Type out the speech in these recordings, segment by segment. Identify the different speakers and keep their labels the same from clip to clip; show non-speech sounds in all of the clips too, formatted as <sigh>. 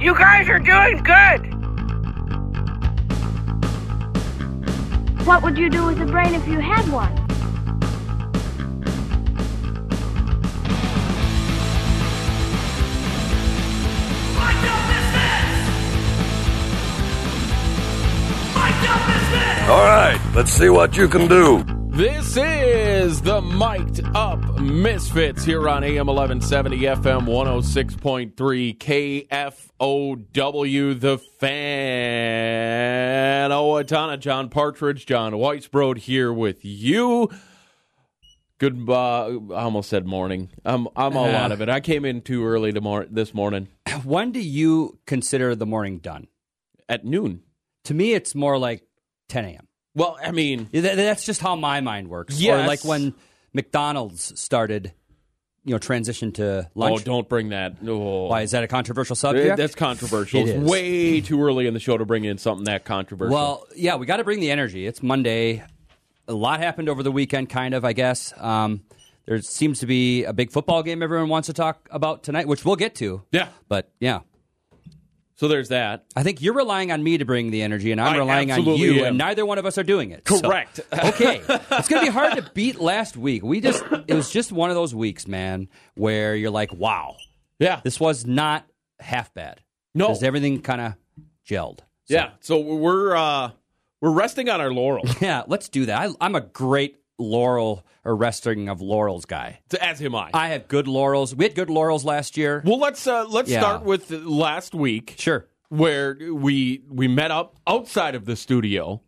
Speaker 1: You guys are doing good.
Speaker 2: What would you do with a brain if you had one?
Speaker 3: Mind your business! Mind your business!
Speaker 4: All right, let's see what you can do.
Speaker 5: This is the Miked Up Misfits here on AM 1170, FM 106.3, KFOW, The Fan. Owatonna, John Partridge, John Weisbrod here with you. Good, uh, I almost said morning. I'm, I'm all out of it. I came in too early tomorrow, this morning
Speaker 6: When do you consider the morning done?
Speaker 5: at noon.
Speaker 6: To me, it's more like 10 a.m.
Speaker 5: Well, I mean,
Speaker 6: Th- That's just how my mind works. Or
Speaker 5: Yes.
Speaker 6: like when McDonald's started, you know, transition to
Speaker 5: oh,
Speaker 6: lunch.
Speaker 5: don't bring that. Oh.
Speaker 6: Why is that a controversial
Speaker 5: Eh,
Speaker 6: subject?
Speaker 5: That's controversial.
Speaker 6: It
Speaker 5: it's
Speaker 6: is.
Speaker 5: way too early in the show to bring in something that controversial.
Speaker 6: Well, yeah, we got to bring the energy. It's Monday. A lot happened over the weekend, kind of, I guess. Um, there seems to be a big football game everyone wants to talk about tonight, which we'll get to.
Speaker 5: yeah.
Speaker 6: But yeah,
Speaker 5: So there's that.
Speaker 6: I think you're relying on me to bring the energy, and I'm
Speaker 5: I
Speaker 6: relying on
Speaker 5: absolutely
Speaker 6: you,
Speaker 5: am.
Speaker 6: and neither one of us are doing it. <laughs> So-
Speaker 5: Correct.
Speaker 6: okay, it's gonna be hard to beat last week. We just it was just one of those weeks, man, where you're like, wow, <laughs>
Speaker 5: Yeah.
Speaker 6: this was not half bad.
Speaker 5: No.
Speaker 6: because everything kind of gelled. So-
Speaker 5: yeah. So we're uh we're resting on our laurels. <laughs>
Speaker 6: yeah, let's do that. I, I'm a great laurel or resting of laurels guy.
Speaker 5: As am I.
Speaker 6: I have good laurels. We had good laurels last year.
Speaker 5: well, let's uh let's
Speaker 6: Yeah.
Speaker 5: start with last week
Speaker 6: Sure.
Speaker 5: where we we met up outside of the studio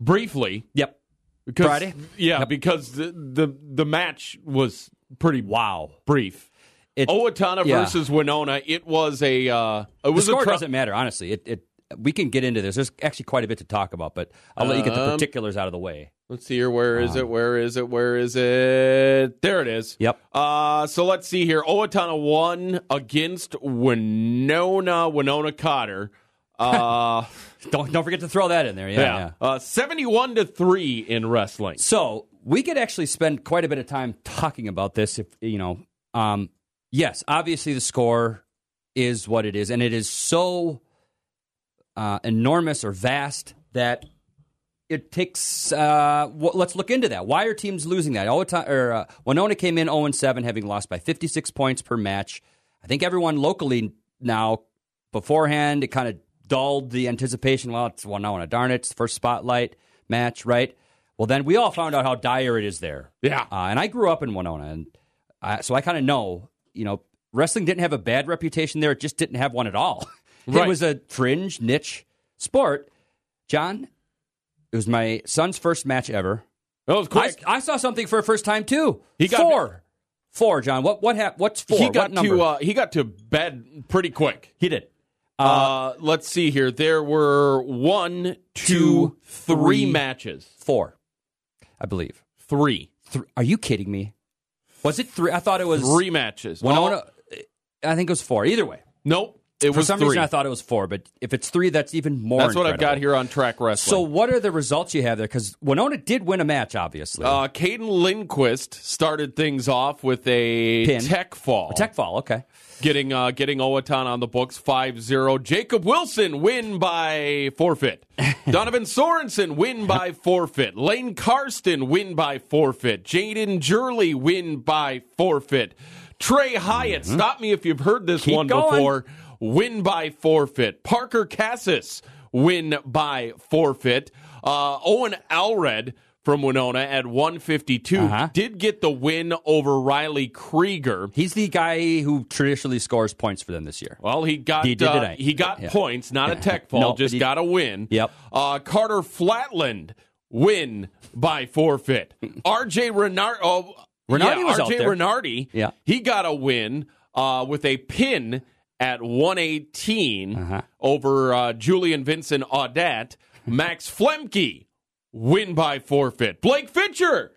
Speaker 5: briefly
Speaker 6: Yep.
Speaker 5: because
Speaker 6: Friday?
Speaker 5: Yeah, because the, the the match was pretty
Speaker 6: Wow.
Speaker 5: brief.
Speaker 6: It,
Speaker 5: Owatonna
Speaker 6: yeah.
Speaker 5: versus Winona. It was a uh it
Speaker 6: the
Speaker 5: was
Speaker 6: score
Speaker 5: a tru-
Speaker 6: doesn't matter, honestly. It, it we can get into this. There's actually quite a bit to talk about, but I'll let you get the
Speaker 5: Um,
Speaker 6: particulars out of the way.
Speaker 5: Let's see here. Where is it? Where is it? Where is it? There it is.
Speaker 6: Uh, Yep.
Speaker 5: Uh, so let's see here. Owatonna won against Winona Winona
Speaker 6: <laughs>
Speaker 5: Cotter. Uh,
Speaker 6: Don't don't forget to throw that in there. Yeah. yeah.
Speaker 5: Uh, Seventy-one to three in wrestling.
Speaker 6: So we could actually spend quite a bit of time talking about this. If you know, um, yes, obviously the score is what it is, and it is so uh, enormous or vast that it takes. Uh, wh- let's look into that. Why are teams losing that? All the time, or uh, Winona came in zero and seven, having lost by fifty six points per match. I think everyone locally now beforehand it kind of dulled the anticipation. Well, it's one now and a darn it, it's the first spotlight match, right? Well, then we all found out how dire it is there.
Speaker 5: Yeah.
Speaker 6: Uh, and I grew up in Winona, and I, so I kind of know. You know, wrestling didn't have a bad reputation there; it just didn't have one at all. <laughs>
Speaker 5: Right.
Speaker 6: It was a fringe niche sport. John, it was my son's first match ever.
Speaker 5: That was
Speaker 6: I,
Speaker 5: quick.
Speaker 6: I saw something for the first time too.
Speaker 5: He got-
Speaker 6: four, four. John, what what hap- What's four?
Speaker 5: he
Speaker 6: What
Speaker 5: got
Speaker 6: number?
Speaker 5: to uh, he got to bed pretty quick.
Speaker 6: he did.
Speaker 5: Uh, let's see here. There were one, two,
Speaker 6: Two,
Speaker 5: three
Speaker 6: three.
Speaker 5: matches.
Speaker 6: Four, I believe.
Speaker 5: Three,
Speaker 6: Thr are you kidding me? Was it three? I thought it was
Speaker 5: three matches.
Speaker 6: Winona. uh,
Speaker 5: Oh,
Speaker 6: I think it was four. Either way,
Speaker 5: nope. It
Speaker 6: for
Speaker 5: was
Speaker 6: some
Speaker 5: three.
Speaker 6: reason I thought it was four, but if it's three, that's even more.
Speaker 5: That's what I've
Speaker 6: incredible.
Speaker 5: got here on track wrestling.
Speaker 6: So, what are the results you have there? Because Winona did win a match, obviously.
Speaker 5: Uh, Caden Lindquist started things off with a
Speaker 6: Pin.
Speaker 5: tech fall,
Speaker 6: Tech fall, okay.
Speaker 5: getting uh, getting Owatonna on the books 5-0. Jacob Wilson win by
Speaker 6: <laughs>
Speaker 5: forfeit. Donovan Sorensen win by forfeit. Lane Karsten win by forfeit. Jaden Jurley win by forfeit. Trey Hyatt, stop me if you've heard this
Speaker 6: Mm-hmm. Keep
Speaker 5: one
Speaker 6: going.
Speaker 5: before. Win by forfeit. Parker Cassis win by forfeit. Uh, Owen Alred from Winona at 152
Speaker 6: Uh-huh.
Speaker 5: did get the win over Riley Krieger.
Speaker 6: He's the guy who traditionally scores points for them this year.
Speaker 5: Well, he got
Speaker 6: He did
Speaker 5: uh,
Speaker 6: tonight.
Speaker 5: he got
Speaker 6: Yeah.
Speaker 5: points, not a tech fall,
Speaker 6: No, but
Speaker 5: just
Speaker 6: he-
Speaker 5: got a win.
Speaker 6: Yep.
Speaker 5: Uh, Carter Flatland win by
Speaker 6: <laughs>
Speaker 5: forfeit. R.J. Renard, oh,
Speaker 6: Renardi
Speaker 5: yeah,
Speaker 6: was out
Speaker 5: R.J.
Speaker 6: there.
Speaker 5: Renardi.
Speaker 6: Yeah.
Speaker 5: he got a win uh, with a pin at 118
Speaker 6: Uh-huh.
Speaker 5: over uh, Julian Vincent Audet.
Speaker 6: <laughs>
Speaker 5: Max Flemke win by forfeit. Blake Fincher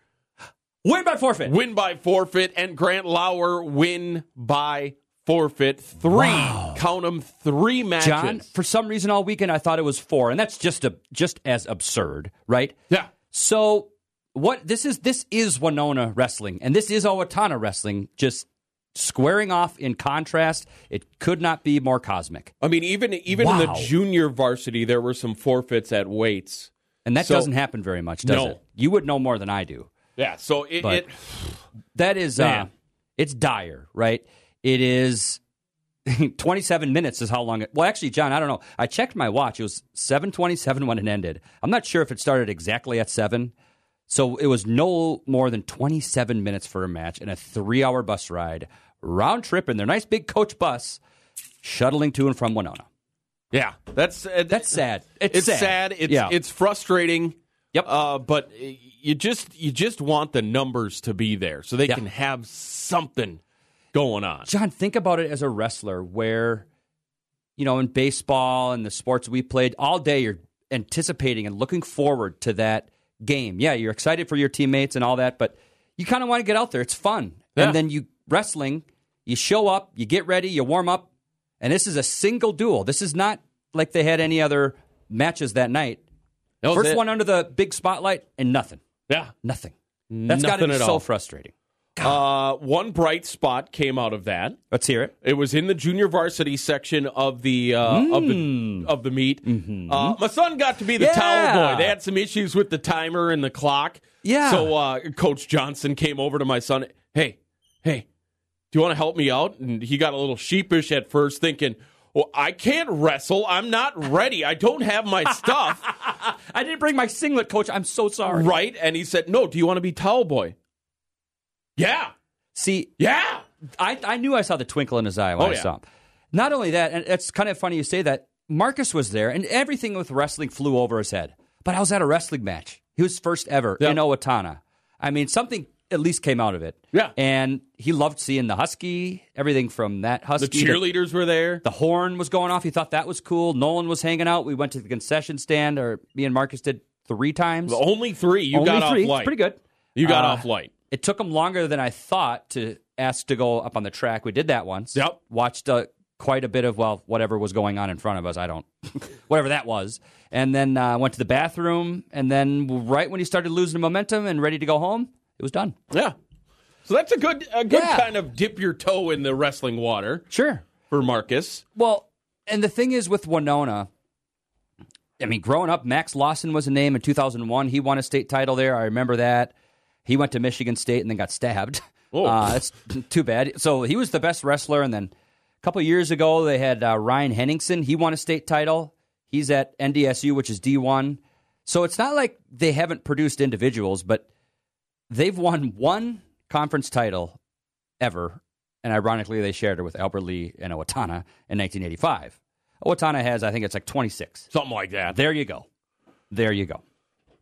Speaker 6: Win by forfeit.
Speaker 5: win by forfeit, and Grant Lauer win by forfeit. Three, Count 'em count them three matches.
Speaker 6: John, for some reason all weekend I thought it was four, and that's just a just as absurd, right?
Speaker 5: yeah,
Speaker 6: So what this is this is Winona wrestling, and this is Owatonna wrestling, just squaring off in contrast, it could not be more cosmic.
Speaker 5: I mean, even even in the
Speaker 6: Wow.
Speaker 5: junior varsity, there were some forfeits at weights.
Speaker 6: And that
Speaker 5: So-
Speaker 6: doesn't happen very much, does
Speaker 5: No.
Speaker 6: it? You would know more than I do.
Speaker 5: Yeah, so it,
Speaker 6: But-
Speaker 5: it
Speaker 6: That is, uh,
Speaker 5: Man.
Speaker 6: it's dire, right? It is <laughs> 27 minutes is how long it. Well, actually, John, I don't know. I checked my watch; it was 7:27 when it ended. I'm not sure if it started exactly at seven, so it was no more than 27 minutes for a match and a three-hour bus ride round trip in their nice big coach bus, shuttling to and from Winona.
Speaker 5: yeah, that's uh,
Speaker 6: That's sad. It's,
Speaker 5: It's sad. It's
Speaker 6: yeah.
Speaker 5: it's frustrating.
Speaker 6: Yep.
Speaker 5: Uh, but uh, you just you just want the numbers to be there so they
Speaker 6: Yeah.
Speaker 5: can have something going on.
Speaker 6: John, think about it as a wrestler where, you know, in baseball and the sports we played all day, you're anticipating and looking forward to that game. Yeah, you're excited for your teammates and all that, but you kind of want to get out there. It's fun.
Speaker 5: Yeah.
Speaker 6: And then you wrestling, you show up, you get ready, you warm up, and this is a single duel. This is not like they had any other matches that night.
Speaker 5: No,
Speaker 6: First
Speaker 5: that-
Speaker 6: one under the big spotlight and nothing.
Speaker 5: Yeah.
Speaker 6: Nothing. That's got to
Speaker 5: Nothing
Speaker 6: be
Speaker 5: at
Speaker 6: so
Speaker 5: all.
Speaker 6: frustrating.
Speaker 5: Uh, one bright spot came out of that.
Speaker 6: Let's hear it.
Speaker 5: It was in the junior varsity section of the uh, of the of the meet. Uh, my son got to be the
Speaker 6: Mm. Mm-hmm. Yeah.
Speaker 5: towel boy. They had some issues with the timer and the clock.
Speaker 6: Yeah.
Speaker 5: So uh, Coach Johnson came over to my son. Hey, hey, do you want to help me out? And he got a little sheepish at first, thinking, "Well, I can't wrestle. I'm not ready. I don't have
Speaker 6: <laughs>
Speaker 5: my stuff."
Speaker 6: I didn't bring my singlet, coach. I'm so sorry.
Speaker 5: right? And he said, "No. Do you want to be towel boy?" Yeah.
Speaker 6: See,
Speaker 5: Yeah.
Speaker 6: I, I knew I saw the twinkle in his eye when
Speaker 5: Oh,
Speaker 6: I
Speaker 5: yeah.
Speaker 6: saw him. Not only that, and it's kind of funny you say that. Marcus was there, and everything with wrestling flew over his head. But I was at a wrestling match. He was first ever
Speaker 5: Yeah.
Speaker 6: in Owatonna. I mean, something at least came out of it.
Speaker 5: Yeah.
Speaker 6: And he loved seeing the Husky, everything from that
Speaker 5: The
Speaker 6: Husky. to-
Speaker 5: cheerleaders were there.
Speaker 6: the horn was going off. He thought that was cool. Nolan was hanging out. We went to the concession stand, or me and Marcus did three times.
Speaker 5: Only three. oh, You
Speaker 6: Only
Speaker 5: got off
Speaker 6: three. It's
Speaker 5: light.
Speaker 6: pretty good.
Speaker 5: You got
Speaker 6: Uh,
Speaker 5: off light.
Speaker 6: It took them longer than I thought to ask to go up on the track. We did that once.
Speaker 5: Yep.
Speaker 6: Watched uh, quite a bit of well, whatever was going on in front of us. I don't, <laughs> whatever that was. And then uh, went to the bathroom. And then right when he started losing momentum and ready to go home, it was done.
Speaker 5: Yeah. So that's a good a good
Speaker 6: Yeah.
Speaker 5: kind of dip your toe in the wrestling water
Speaker 6: Sure.
Speaker 5: for Marcus.
Speaker 6: Well, and the thing is with Winona, I mean, growing up, Max Lawson was a name in 2001. He won a state title there. I remember that. He went to Michigan State and then got stabbed.
Speaker 5: Oh.
Speaker 6: Uh, that's <laughs> too bad. So he was the best wrestler. And then a couple years ago, they had uh, Ryan Henningsen. He won a state title. He's at NDSU, which is D1. So it's not like they haven't produced individuals, but they've won one conference title ever, and ironically, they shared it with Albert Lee and Owatonna in 1985. Owatonna has, I think, it's like 26.
Speaker 5: Something like that.
Speaker 6: There you go. There you go.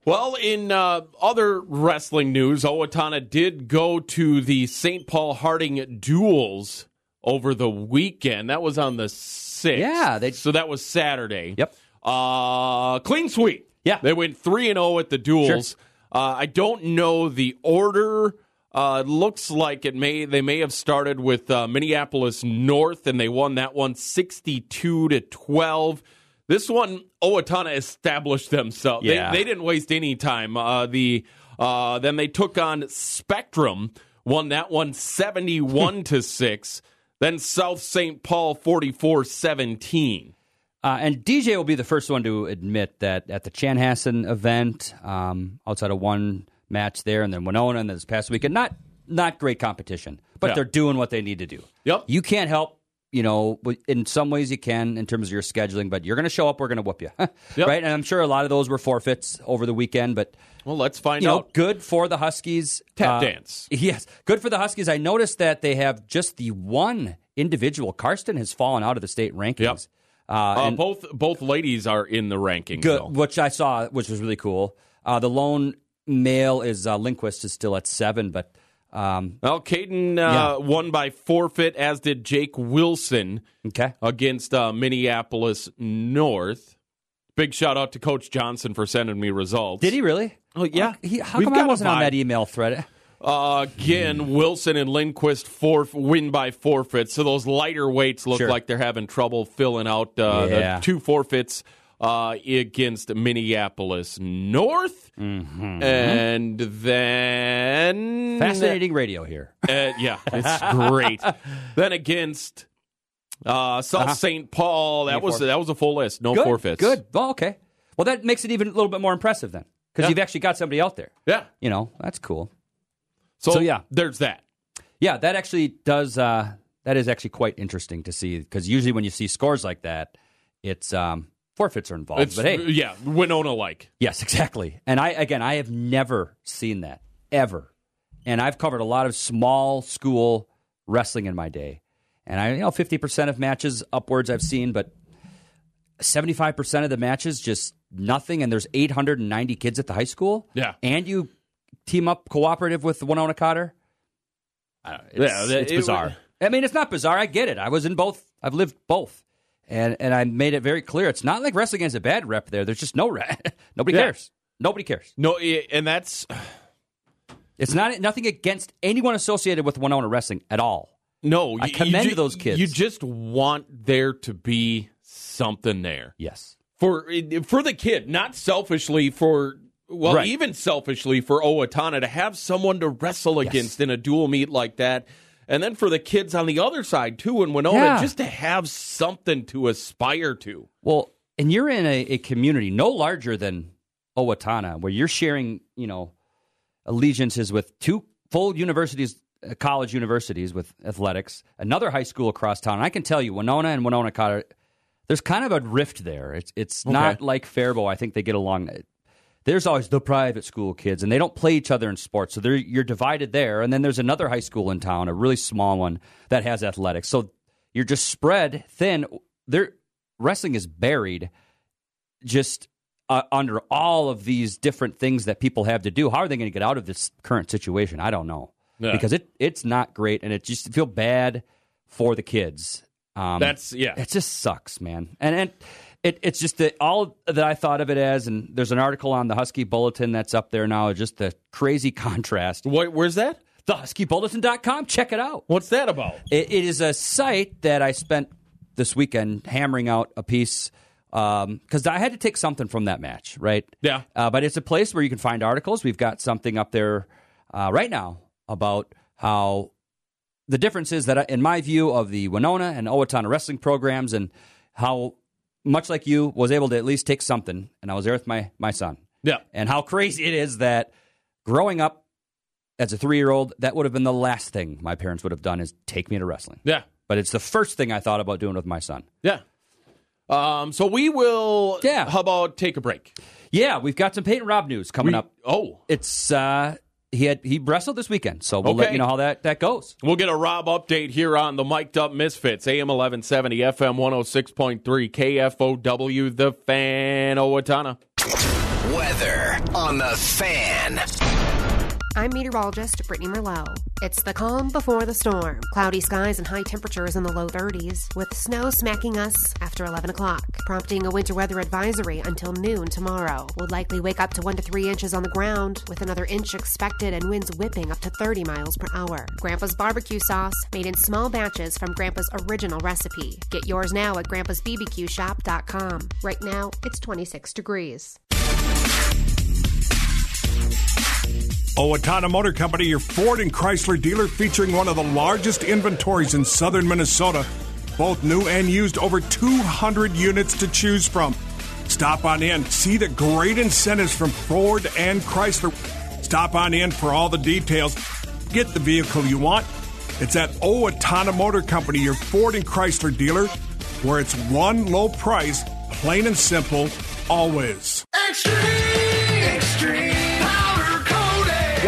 Speaker 5: Well, in uh, other wrestling news, Owatonna did go to the St. Paul Harding duels over the weekend. That was on the 6th.
Speaker 6: Yeah, they-
Speaker 5: so that was Saturday.
Speaker 6: Yep.
Speaker 5: Uh, clean sweep.
Speaker 6: Yeah.
Speaker 5: They went 3 and 0 at the duels.
Speaker 6: Sure.
Speaker 5: Uh, I don't know the order. Uh, it looks like it may they may have started with uh, Minneapolis North and they won that one 62 to 12. This one Owatonna established themselves. They-
Speaker 6: Yeah.
Speaker 5: They, didn't waste any time. Uh, the uh, then they took on Spectrum, won that one
Speaker 6: <laughs>
Speaker 5: 71 to 6. Then South St. Paul 44-17.
Speaker 6: Uh, and DJ will be the first one to admit that at the Chanhassen event, um, outside of one match there, and then Winona, and this past weekend, not not great competition, but
Speaker 5: Yeah.
Speaker 6: they're doing what they need to do.
Speaker 5: Yep.
Speaker 6: You can't help, you know, w- in some ways you can in terms of your scheduling, but you're going to show up, we're going to whoop you, <laughs> right? And I'm sure a lot of those were forfeits over the weekend, but
Speaker 5: Well, let's find
Speaker 6: you know,
Speaker 5: out.
Speaker 6: good for the Huskies. uh,
Speaker 5: Tap dance.
Speaker 6: Yes, good for the Huskies. I noticed that they have just the one individual. Karsten has fallen out of the state rankings.
Speaker 5: Yep.
Speaker 6: Uh,
Speaker 5: Uh,
Speaker 6: and-
Speaker 5: both both ladies are in the rankings.
Speaker 6: good,
Speaker 5: though.
Speaker 6: which I saw, which was really cool. Uh, the lone male is uh, Linquist is still at seven, but um,
Speaker 5: Well, Caden uh,
Speaker 6: Yeah.
Speaker 5: won by forfeit, as did Jake Wilson
Speaker 6: okay.
Speaker 5: against uh, Minneapolis North. Big shout out to Coach Johnson for sending me results.
Speaker 6: Did he really?
Speaker 5: Oh, yeah.
Speaker 6: He, how
Speaker 5: We've
Speaker 6: come I
Speaker 5: got a
Speaker 6: wasn't on
Speaker 5: vibe.
Speaker 6: that email thread?
Speaker 5: Uh, again, Wilson and Lindquist forf- win by forfeit. So those lighter weights look
Speaker 6: Sure.
Speaker 5: like they're having trouble filling out uh,
Speaker 6: Yeah.
Speaker 5: the two forfeits uh, against Minneapolis North.
Speaker 6: Mm-hmm.
Speaker 5: And then.
Speaker 6: Fascinating radio here.
Speaker 5: Uh,
Speaker 6: <laughs>
Speaker 5: yeah, it's great. then against uh, South St. Paul, that was that was a full list, no
Speaker 6: Uh-huh. good,
Speaker 5: forfeits.
Speaker 6: Good. Well, okay. Well, that makes it even a little bit more impressive then, because
Speaker 5: Yeah.
Speaker 6: you've actually got somebody out there.
Speaker 5: yeah.
Speaker 6: You know, that's cool.
Speaker 5: So,
Speaker 6: So,
Speaker 5: yeah,
Speaker 6: yeah.
Speaker 5: there's that.
Speaker 6: Yeah, that actually does. Uh, that is actually quite interesting to see because usually when you see scores like that, it's um, forfeits are involved.
Speaker 5: It's,
Speaker 6: but hey,
Speaker 5: yeah, Winona like.
Speaker 6: yes, exactly. And I again, I have never seen that ever, and I've covered a lot of small school wrestling in my day, and I you know fifty percent of matches upwards I've seen, but seventy five percent of the matches just nothing, and there's eight hundred and ninety kids at the high school.
Speaker 5: Yeah.
Speaker 6: and you team up cooperative with Winona Cotter. It's,
Speaker 5: yeah,
Speaker 6: it's
Speaker 5: it-
Speaker 6: bizarre. I mean, it's not bizarre. I get it. I was in both. I've lived both, and and I made it very clear. It's not like wrestling has a bad rep. There, there's just no rep. <laughs> Nobody
Speaker 5: Yeah.
Speaker 6: cares. Nobody cares.
Speaker 5: No, i and that's
Speaker 6: It's not nothing against anyone associated with Winona Wrestling at all.
Speaker 5: no.
Speaker 6: I
Speaker 5: you- you
Speaker 6: commend
Speaker 5: ju-
Speaker 6: those kids.
Speaker 5: You just want there to be something there
Speaker 6: Yes.
Speaker 5: for for the kid, not selfishly for well,
Speaker 6: Right.
Speaker 5: even selfishly for Owatonna to have someone to wrestle against in a dual meet like that. And then for the kids on the other side too, and Winona,
Speaker 6: Yeah.
Speaker 5: just to have something to aspire to.
Speaker 6: Well, and you're in a, a community no larger than Owatonna, where you're sharing, you know, allegiances with two full universities, uh, college universities with athletics, another high school across town. And I can tell you, Winona and Winona Cotter, there's kind of a rift there. It's it's not like Faribault. I think they get along. There's always the private school kids, and they don't play each other in sports, so they're, you're divided there. And then there's another high school in town, a really small one that has athletics. So you're just spread thin. There, wrestling is buried just uh, under all of these different things that people have to do. How are they going to get out of this current situation? I don't know
Speaker 5: Yeah.
Speaker 6: because it it's not great, and it just feel bad for the kids. Um,
Speaker 5: That's yeah.
Speaker 6: it just sucks, man. And and it, it's just that all that I thought of it as, and there's an article on the Husky Bulletin that's up there now. Just the crazy <laughs> contrast.
Speaker 5: Wait, where's that?
Speaker 6: TheHuskyBulletin.com. Check it out.
Speaker 5: What's that about?
Speaker 6: It, it is a site that I spent this weekend hammering out a piece because I had to take something from that match, right?
Speaker 5: Yeah.
Speaker 6: Uh, but it's a place where you can find articles. We've got something up there uh, right now about how the difference is that, uh, in my view, of the Winona and Owatonna wrestling programs, and how much like you was able to at least take something, and I was there with my my son,
Speaker 5: Yeah.
Speaker 6: and how crazy it is that growing up as a three year old, that would have been the last thing my parents would have done is take me to wrestling.
Speaker 5: Yeah.
Speaker 6: But it's the first thing I thought about doing with my son.
Speaker 5: Yeah. Um, so we will.
Speaker 6: Yeah.
Speaker 5: How about take a break?
Speaker 6: Yeah, we've got some Peyton Rob news coming
Speaker 5: We-
Speaker 6: up.
Speaker 5: Oh,
Speaker 6: It's uh he had he wrestled this weekend, so we'll let
Speaker 5: Okay.
Speaker 6: you know how that that goes.
Speaker 5: we'll get a Rob update here on the Mic'd Up Misfits, AM 1170, FM 106.3, KFOW, The Fan, Owatonna.
Speaker 7: Weather on the fan.
Speaker 8: I'm meteorologist Brittany Merlot. It's the calm before the storm. Cloudy skies and high temperatures in the low 30s, with snow smacking us after 11 o'clock, prompting a winter weather advisory until noon tomorrow. Will likely wake up to 1 to 3 inches on the ground, with another inch expected and winds whipping up to 30 miles per hour. Grandpa's barbecue sauce, made in small batches from Grandpa's original recipe. Get yours now at grandpa'sbbqshop.com. Right now, it's 26 degrees.
Speaker 9: Owatonna Oh, Motor Company, your Ford and Chrysler dealer featuring one of the largest inventories in southern Minnesota. Both new and used, over 200 units to choose from. Stop on in, see the great incentives from Ford and Chrysler. Stop on in for all the details. Get the vehicle you want. It's at Owatonna Motor Company, your Ford and Chrysler dealer, where it's one low price, plain and simple, always.
Speaker 3: Extreme! Extreme! Power coating!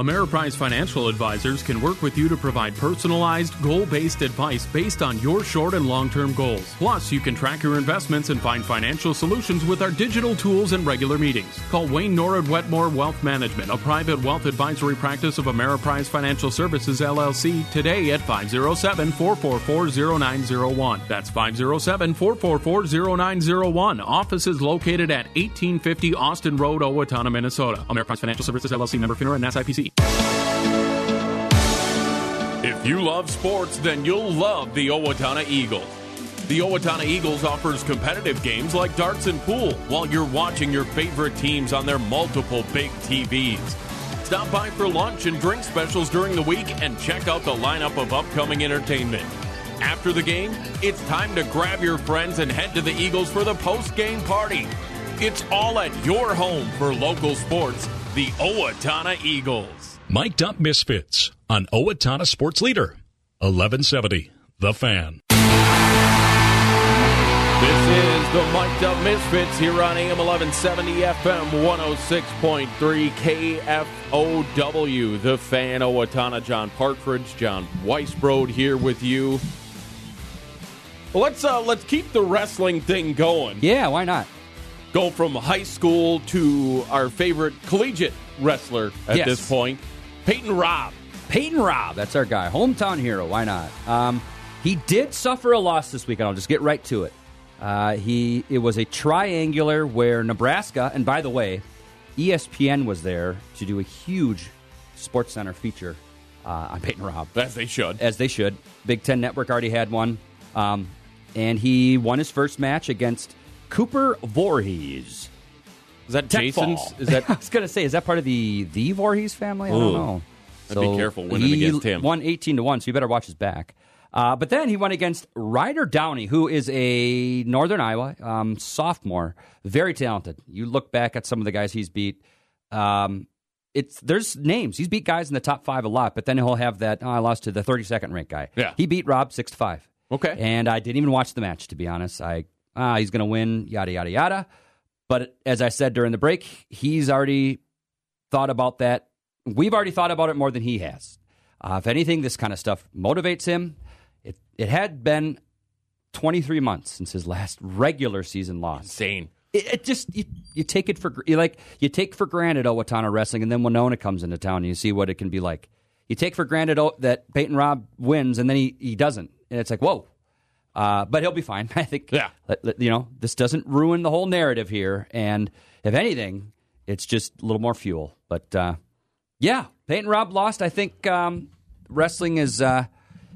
Speaker 5: Ameriprise Financial Advisors can work with you to provide personalized, goal based advice based on your short and long term goals. Plus, you can track your investments and find financial solutions with our digital tools and regular meetings. Call Wayne Norwood Wetmore Wealth Management, a private wealth advisory practice of Ameriprise Financial Services LLC, today at 507 444 0901. That's 507 444 0901. Office is located at 1850 Austin Road, Owatonna, Minnesota. Ameriprise Financial Services LLC member FINRA and SIPC. If you love sports, then you'll love the Owatonna Eagles. The Owatonna Eagles offers competitive games like darts and pool while you're watching your favorite teams on their multiple big TVs. Stop by for lunch and drink specials during the week and check out the lineup of upcoming entertainment. After the game, it's time to grab your friends and head to the Eagles for the post game party. It's all at your home for local sports, the Owatonna Eagles.
Speaker 10: Mic'd Up Misfits on Owatonna Sports Leader, 1170, The Fan.
Speaker 5: This is the Mic'd Up Misfits here on AM 1170 FM 106.3 KFOW. The fan Owatonna, John Partridge, John Weisbrod here with you. Well, let's uh, let's keep the wrestling thing going.
Speaker 6: Yeah, why not?
Speaker 5: Go from high school to our favorite collegiate wrestler at
Speaker 6: Yes.
Speaker 5: this point, Peyton Robb.
Speaker 6: Peyton Robb, that's our guy, hometown hero. Why not? Um, he did suffer a loss this weekend. I'll just get right to it. Uh, he it was a triangular where Nebraska, and by the way, E ESPN was there to do a huge Sports Center feature uh, on Peyton Robb,
Speaker 5: As they should.
Speaker 6: as they should. Big Ten Network already had one, um, and he won his first match against Cooper Voorhees.
Speaker 5: Is that
Speaker 6: Tech
Speaker 5: Jason's?
Speaker 6: Fall.
Speaker 5: Is <laughs> that
Speaker 6: <laughs> I was gonna say, is that part of the the Voorhees family? I don't
Speaker 5: Ooh.
Speaker 6: know.
Speaker 5: I'd be careful winning
Speaker 6: he
Speaker 5: against him.
Speaker 6: Won eighteen to one, so you better watch his back. Uh, but then he went against Ryder Downey, who is a Northern Iowa um, sophomore, very talented. You look back at some of the guys he's beat. Um, it's there's names. He's beat guys in the top five a lot, but then he'll have that. Oh, I lost to the 32nd ranked guy.
Speaker 5: Yeah.
Speaker 6: he beat Rob six to five.
Speaker 5: okay?
Speaker 6: And I didn't even watch the match, to be honest. I ah, he's going to win, yada yada yada. But as I said during the break, he's already thought about that. We've already thought about it more than he has. Uh, if anything, this kind of stuff motivates him. It it had been 23 months since his last regular season loss.
Speaker 5: Insane.
Speaker 6: It, it just you, you take it for gr- you like you take for granted Owatonna wrestling, and then Winona comes into town, and you see what it can be like. You take for granted oh, that Peyton Robb wins, and then he, he doesn't, and it's like whoa. Uh, but he'll be fine. <laughs> I think.
Speaker 5: Yeah.
Speaker 6: Let- let- you know, this doesn't ruin the whole narrative here, and if anything, it's just a little more fuel. But uh, yeah, Peyton Robb lost. I think um, wrestling is uh,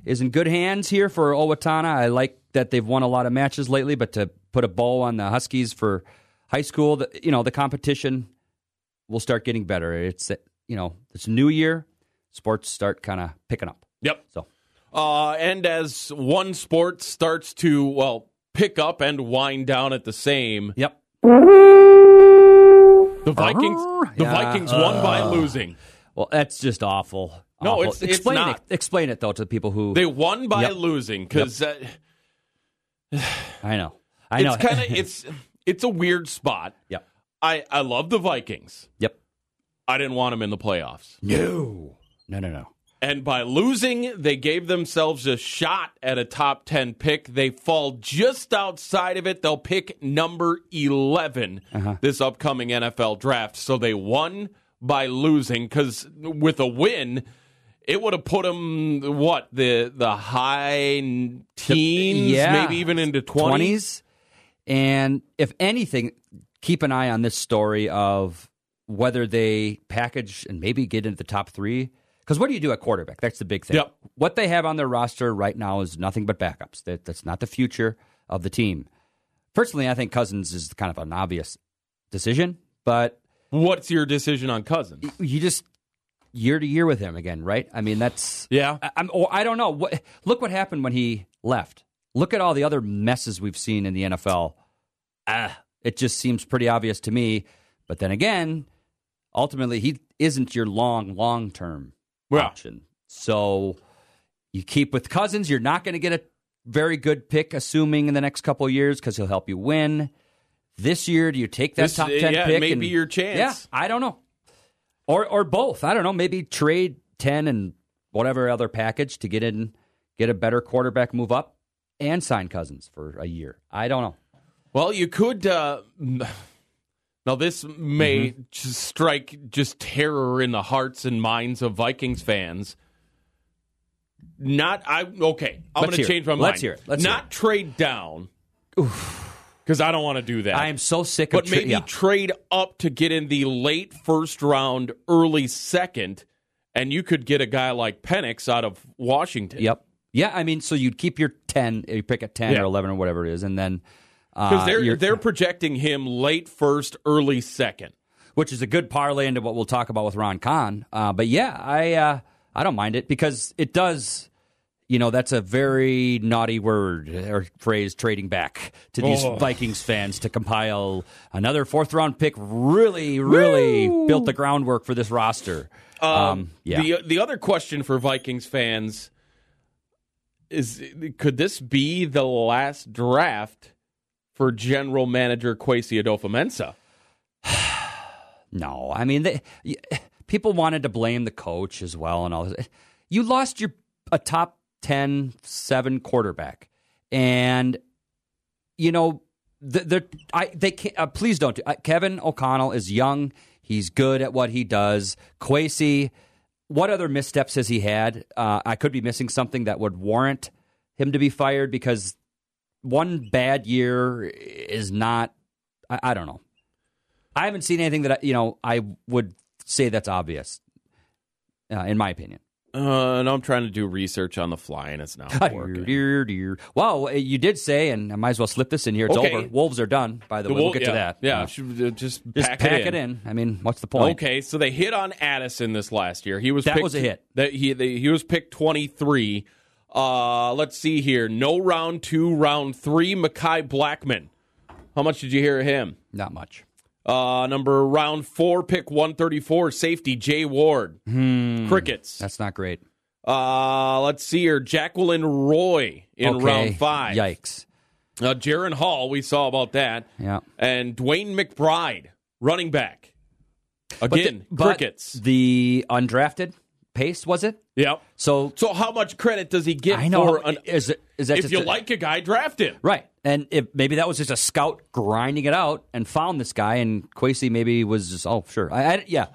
Speaker 6: is in good hands here for Owatonna. I like that they've won a lot of matches lately, but to put a bow on the Huskies for high school, the, you know, the competition will start getting better. It's you know, it's a new year. Sports start kind of picking up.
Speaker 5: Yep.
Speaker 6: So
Speaker 5: Uh, and as one sport starts to, well, pick up and wind down at the same,
Speaker 6: yep.
Speaker 5: the Vikings, the
Speaker 6: Uh-huh. Yeah. Uh.
Speaker 5: Vikings won by losing.
Speaker 6: Well, that's just awful.
Speaker 5: No,
Speaker 6: Awful.
Speaker 5: it's- it's
Speaker 6: explain
Speaker 5: not.
Speaker 6: it. Explain it though to the people who
Speaker 5: They won by
Speaker 6: Yep.
Speaker 5: losing because
Speaker 6: I know. I know.
Speaker 5: it's kind of it's it's a weird spot.
Speaker 6: <laughs> yep.
Speaker 5: I I love the Vikings.
Speaker 6: Yep.
Speaker 5: I didn't want them in the playoffs,
Speaker 6: No. No. No. No.
Speaker 5: and by losing, they gave themselves a shot at a top ten pick. They fall just outside of it. They'll pick number 11 this upcoming NFL draft. So they won by losing because with a win. It would have put them what the the high teens,
Speaker 6: yeah.
Speaker 5: maybe even into twenties.
Speaker 6: Twenties. And if anything, keep an eye on this story of whether they package and maybe get into the top three. Because what do you do at quarterback? That's the big thing.
Speaker 5: Yep.
Speaker 6: What they have on their roster right now is nothing but backups. That, that's not the future of the team. Personally, I think Cousins is kind of an obvious decision, but
Speaker 5: What's your decision on Cousins?
Speaker 6: you just year to year with him again, right? I mean, that's
Speaker 5: Yeah.
Speaker 6: I, I'm, or I don't know. What, look what happened when he left. Look at all the other messes we've seen in the NFL. Ah, it just seems pretty obvious to me. But then again, ultimately, he isn't your long, long term
Speaker 5: Yeah.
Speaker 6: option. So you keep with Cousins. You're not going to get a very good pick, assuming in the next couple of years, because he'll help you win. This year, do you take that
Speaker 5: This-
Speaker 6: top ten
Speaker 5: yeah,
Speaker 6: pick?
Speaker 5: maybe your chance.
Speaker 6: Yeah, I don't know. or or both. I don't know. Maybe trade ten and whatever other package to get in, get a better quarterback, move up, and sign Cousins for a year. I don't know.
Speaker 5: Well, you could. Uh, <sighs> now, this may
Speaker 6: Mm-hmm.
Speaker 5: just strike just terror in the hearts and minds of Vikings fans. Not I okay. I'm going
Speaker 6: Let's hear
Speaker 5: to
Speaker 6: it.
Speaker 5: change my mind.
Speaker 6: Let's hear it. Let's hear
Speaker 5: Not trade down because I don't want to do that.
Speaker 6: I am so sick of.
Speaker 5: but
Speaker 6: tra-
Speaker 5: maybe
Speaker 6: yeah.
Speaker 5: trade up to get in the late first round, early second, and you could get a guy like Penix out of Washington.
Speaker 6: Yep. Yeah, I mean, so you'd keep your ten, you pick a ten
Speaker 5: Yeah.
Speaker 6: or eleven or whatever it is, and then
Speaker 5: because
Speaker 6: uh,
Speaker 5: they're
Speaker 6: you're-
Speaker 5: they're projecting him late first, early second.
Speaker 6: which is a good parlay into what we'll talk about with Ron Khan. Uh, but yeah, I uh, I don't mind it because it does. You know, that's a very naughty word or phrase trading back to these Vikings fans to compile another fourth round pick. Really, really built the groundwork for this roster. Um, yeah.
Speaker 5: The the other question for Vikings fans is could this be the last draft for general manager Kwesi Adolfo Mensa?
Speaker 6: No, I mean, they, y- people wanted to blame the coach as well and all this. You lost your a top 10, 7 quarterback, and you know the, the I they can't, uh, please don't do. Uh, Kevin O'Connell is young. He's good at what he does. Quasi, what other missteps has he had? Uh, I could be missing something that would warrant him to be fired because one bad year is not. I, I don't know. I haven't seen anything that I, you know I would say that's obvious, uh, in my opinion.
Speaker 5: Uh, and I'm trying to do research on the fly, and it's not working.
Speaker 6: Dear, dear. Well, uh, you did say, and I might as well slip this in here. It's
Speaker 5: Okay.
Speaker 6: over. Wolves are done. By the, way, we'll
Speaker 5: Well,
Speaker 6: get
Speaker 5: yeah,
Speaker 6: to that.
Speaker 5: Yeah,
Speaker 6: Uh,
Speaker 5: should, uh, just,
Speaker 6: just
Speaker 5: pack,
Speaker 6: pack, it, in. I mean, what's the point?
Speaker 5: Okay, so they hit on Addison this last year. He was
Speaker 6: That
Speaker 5: picked,
Speaker 6: was a hit.
Speaker 5: That he they, he was picked twenty three. Uh, let's see here. No round two, round three. Makai Blackman. How much did you hear of him?
Speaker 6: Not much.
Speaker 5: Uh, number round four, pick one thirty four, safety Jay Ward.
Speaker 6: Hmm.
Speaker 5: Crickets.
Speaker 6: That's not great.
Speaker 5: Uh, let's see here. Jacqueline Roy in
Speaker 6: Okay.
Speaker 5: round five.
Speaker 6: Yikes.
Speaker 5: Uh, Jaron Hall, we saw about that.
Speaker 6: Yeah.
Speaker 5: And Dwayne McBride, running back.
Speaker 6: But
Speaker 5: Again,
Speaker 6: the, but
Speaker 5: crickets.
Speaker 6: The undrafted pace was it?
Speaker 5: yep.
Speaker 6: So
Speaker 5: So how much credit does he get
Speaker 6: I know.
Speaker 5: for an
Speaker 6: is it? Is that
Speaker 5: if
Speaker 6: just
Speaker 5: you
Speaker 6: a-
Speaker 5: like a guy, draft him.
Speaker 6: Right. And if maybe that was just a scout grinding it out and found this guy, and Quasi maybe was just, oh, sure. I, I- yeah.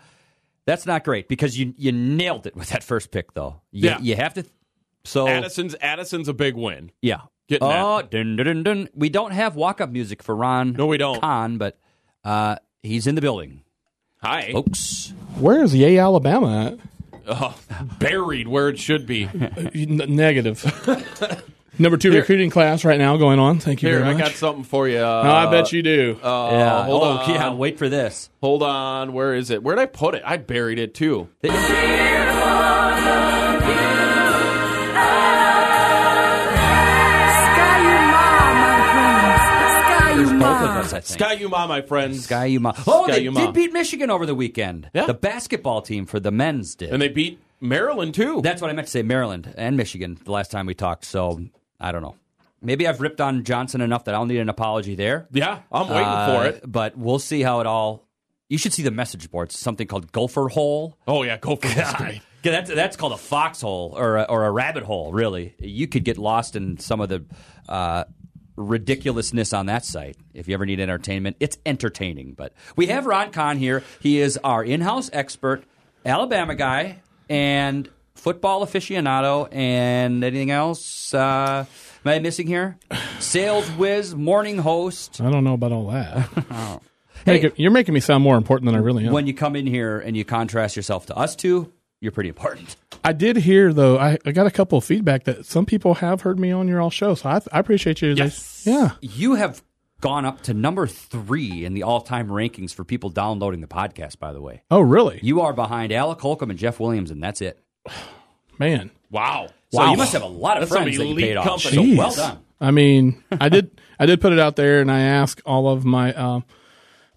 Speaker 6: That's not great because you you nailed it with that first pick, though. You,
Speaker 5: Yeah.
Speaker 6: You have to. So,
Speaker 5: Addison's Addison's a big win.
Speaker 6: yeah.
Speaker 5: Getting that.
Speaker 6: oh, dun, dun, dun, dun. We don't have walk up music for Ron
Speaker 5: No, we don't.
Speaker 6: Khan, but uh, he's in the building,
Speaker 5: Hi.
Speaker 6: Oh. folks.
Speaker 11: Where is Yay, Alabama
Speaker 5: Oh, buried where it should
Speaker 6: <laughs>
Speaker 5: be.
Speaker 11: at? N- negative. Number two recruiting class right now going on. Thank you
Speaker 5: Here,
Speaker 11: very
Speaker 5: I
Speaker 11: much.
Speaker 5: got something for you.
Speaker 11: Oh, I bet you do.
Speaker 5: Uh,
Speaker 6: yeah.
Speaker 5: Hold
Speaker 6: oh,
Speaker 5: on.
Speaker 6: yeah. Wait for this.
Speaker 5: Hold on. Where is it? Where'd I put it? I buried it too.
Speaker 6: There's both of us, I think.
Speaker 5: Sky Yuma, my friends.
Speaker 6: Sky Yuma. Oh,
Speaker 5: Sky
Speaker 6: they
Speaker 5: Yuma.
Speaker 6: did beat Michigan over the weekend.
Speaker 5: Yeah.
Speaker 6: The basketball team for the men's did.
Speaker 5: And they beat Maryland too.
Speaker 6: That's what I meant to say. Maryland and Michigan. The last time we talked, so I don't know. Maybe I've ripped on Johnson enough that I'll need an apology there.
Speaker 5: yeah, I'm waiting for it.
Speaker 6: Uh, but we'll see how it all. You should see the message boards. Something called Gopher Hole.
Speaker 5: Oh yeah, go for it.
Speaker 6: Yeah, that's that's called a foxhole or a, or a rabbit hole. Really, you could get lost in some of the uh, ridiculousness on that site. If you ever need entertainment, it's entertaining. But we have Ron Kahn here. He is our in-house expert, Alabama guy, and football aficionado, and anything else. Uh, am I missing here? Sales whiz, morning host.
Speaker 9: Uh-huh.
Speaker 11: I don't know about all <laughs> that. Make it- you're making me sound more important than I really am.
Speaker 6: When you come in here and you contrast yourself to us two, you're pretty important.
Speaker 11: I did hear though. I, I got a couple of feedback that some people have heard me on your all show, so I, I appreciate you. Yes. Yeah.
Speaker 6: you have gone up to number three in the all-time rankings for people downloading the podcast. By the way,
Speaker 11: Oh, really?
Speaker 6: you are behind Alec Holcomb and Jeff Williams, and that's it.
Speaker 11: Man.
Speaker 5: Wow.
Speaker 6: So you must have a lot of
Speaker 5: That's some
Speaker 6: friends that you
Speaker 5: elite
Speaker 6: paid off. So
Speaker 5: company.
Speaker 6: well
Speaker 11: Jeez.
Speaker 6: done.
Speaker 11: I mean, I did I did put it out there, and I asked all of my um,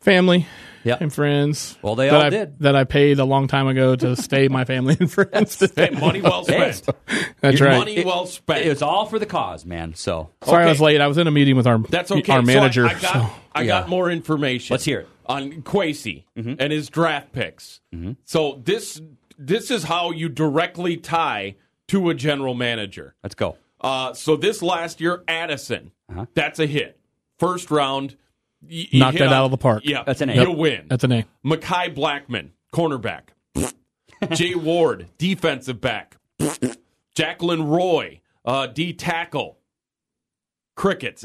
Speaker 11: family
Speaker 6: Yep.
Speaker 11: and friends.
Speaker 6: Well, they
Speaker 11: that
Speaker 6: all
Speaker 11: I,
Speaker 6: did.
Speaker 11: That I paid a long time ago to stay my family <laughs> and friends.
Speaker 5: Hey, money well
Speaker 6: Hey.
Speaker 5: spent.
Speaker 11: That's right.
Speaker 5: Money well spent.
Speaker 6: It was all for the cause, man. So
Speaker 11: Sorry, I was
Speaker 5: Okay.
Speaker 11: late. I was in a meeting with our
Speaker 5: That's okay.
Speaker 11: our
Speaker 5: So I-
Speaker 11: manager.
Speaker 5: I, got,
Speaker 11: so-
Speaker 5: I
Speaker 6: Yeah.
Speaker 5: got more information.
Speaker 6: Let's hear it. Mm-hmm.
Speaker 5: on Quasey and his draft picks. So this this is how you directly tie to a general manager.
Speaker 6: let's go.
Speaker 5: Uh, so this last year, Addison,
Speaker 6: Uh-huh.
Speaker 5: that's a hit. First round, y-
Speaker 11: Knocked
Speaker 5: hit
Speaker 11: that out of the park.
Speaker 5: Yeah,
Speaker 6: That's an A.
Speaker 5: You win.
Speaker 11: That's a name.
Speaker 5: Makai Blackman, cornerback.
Speaker 11: <laughs>
Speaker 5: Jay Ward, defensive back. Jacqueline Roy, uh, D tackle. Crickets,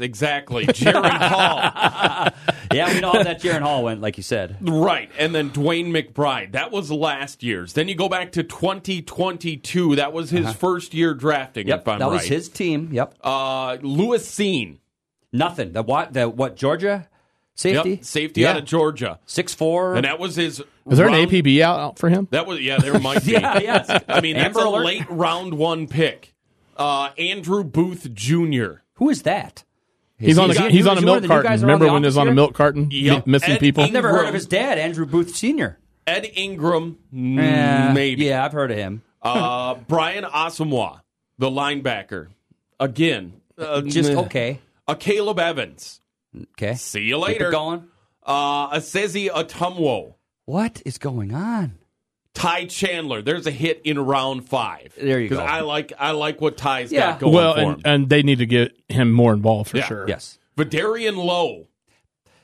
Speaker 11: <laughs>
Speaker 5: exactly. Jaron Hall,
Speaker 6: Yeah, we know how that Jaron Hall went, like
Speaker 11: <laughs>
Speaker 6: you said.
Speaker 5: right. And then Dwayne McBride. That was last year's. Then you go back to 2022. That was
Speaker 11: Uh-huh.
Speaker 5: his first year drafting,
Speaker 6: Yep,
Speaker 5: if I'm
Speaker 6: that
Speaker 5: right.
Speaker 6: was his team. Yep,
Speaker 5: Uh, Lewis Seen,
Speaker 6: nothing. The what? The what? Georgia safety.
Speaker 5: Yep, safety
Speaker 6: Yeah.
Speaker 5: out of Georgia.
Speaker 6: Six four.
Speaker 5: And that was his.
Speaker 11: Is there an
Speaker 5: round-
Speaker 11: APB out, out for him?
Speaker 5: That was yeah, there might be.
Speaker 6: <laughs> yeah, yes.
Speaker 5: I mean, that's
Speaker 6: Amber
Speaker 5: a
Speaker 6: Alert.
Speaker 5: late round one pick. Uh, Andrew Booth Jr.
Speaker 6: Who is that?
Speaker 11: He's on the
Speaker 6: he-
Speaker 11: he's on a
Speaker 6: he's one of
Speaker 11: milk
Speaker 6: the new
Speaker 11: carton.
Speaker 6: guys around
Speaker 11: Remember
Speaker 6: the
Speaker 11: when he was on a
Speaker 6: office
Speaker 11: milk carton
Speaker 5: Yep.
Speaker 11: mi- missing
Speaker 5: And-
Speaker 11: people?
Speaker 6: I've never heard of
Speaker 5: Ingram.
Speaker 6: his dad, Andrew Booth Senior.
Speaker 5: Ed Ingram, mm,
Speaker 6: Eh,
Speaker 5: maybe.
Speaker 6: Yeah, I've heard of him.
Speaker 5: Uh, Brian Asamoah, the linebacker. Again. Uh,
Speaker 6: Just
Speaker 5: meh.
Speaker 6: okay.
Speaker 5: A Caleb Evans.
Speaker 6: Okay.
Speaker 5: See you
Speaker 6: Keep it
Speaker 5: later.
Speaker 6: going.
Speaker 5: Uh, Asezi Atumwo.
Speaker 6: What is going on?
Speaker 5: Ty Chandler. There's a hit in round five.
Speaker 6: There you
Speaker 5: 'Cause
Speaker 6: go.
Speaker 5: I like I like what Ty's
Speaker 6: Yeah.
Speaker 5: got going
Speaker 11: well,
Speaker 5: for him.
Speaker 11: and, and they need to get him more involved for
Speaker 5: Yeah.
Speaker 11: sure.
Speaker 6: Yes.
Speaker 5: Vidarian Lowe.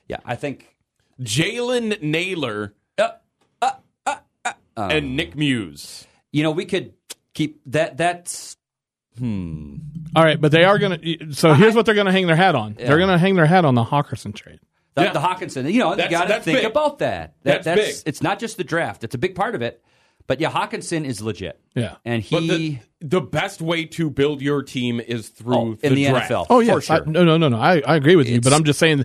Speaker 6: Yeah, I think.
Speaker 5: Jalen Naylor.
Speaker 6: Uh, um,
Speaker 5: and Nick Muse.
Speaker 6: You know, we could keep that. That's
Speaker 11: All right, but they are going to. So here's what they're going to hang their hat on. They're going to hang their hat on the Hawkerson trade.
Speaker 6: the,
Speaker 5: Yeah.
Speaker 6: the Hawkinson. You know, you
Speaker 5: That's-
Speaker 6: got to
Speaker 5: that's
Speaker 6: think
Speaker 5: big.
Speaker 6: about that.
Speaker 5: That's
Speaker 6: that
Speaker 5: big.
Speaker 6: It's not just the draft; it's a big part of it. But yeah, Hawkinson is legit.
Speaker 11: Yeah.
Speaker 6: and
Speaker 5: But
Speaker 6: he
Speaker 5: the, the best way to build your team is through
Speaker 6: oh, in the,
Speaker 5: draft.
Speaker 6: NFL.
Speaker 11: Oh yeah,
Speaker 6: for sure.
Speaker 11: no, no, no, no. I, I agree with you, but
Speaker 6: It's-
Speaker 11: I'm just saying.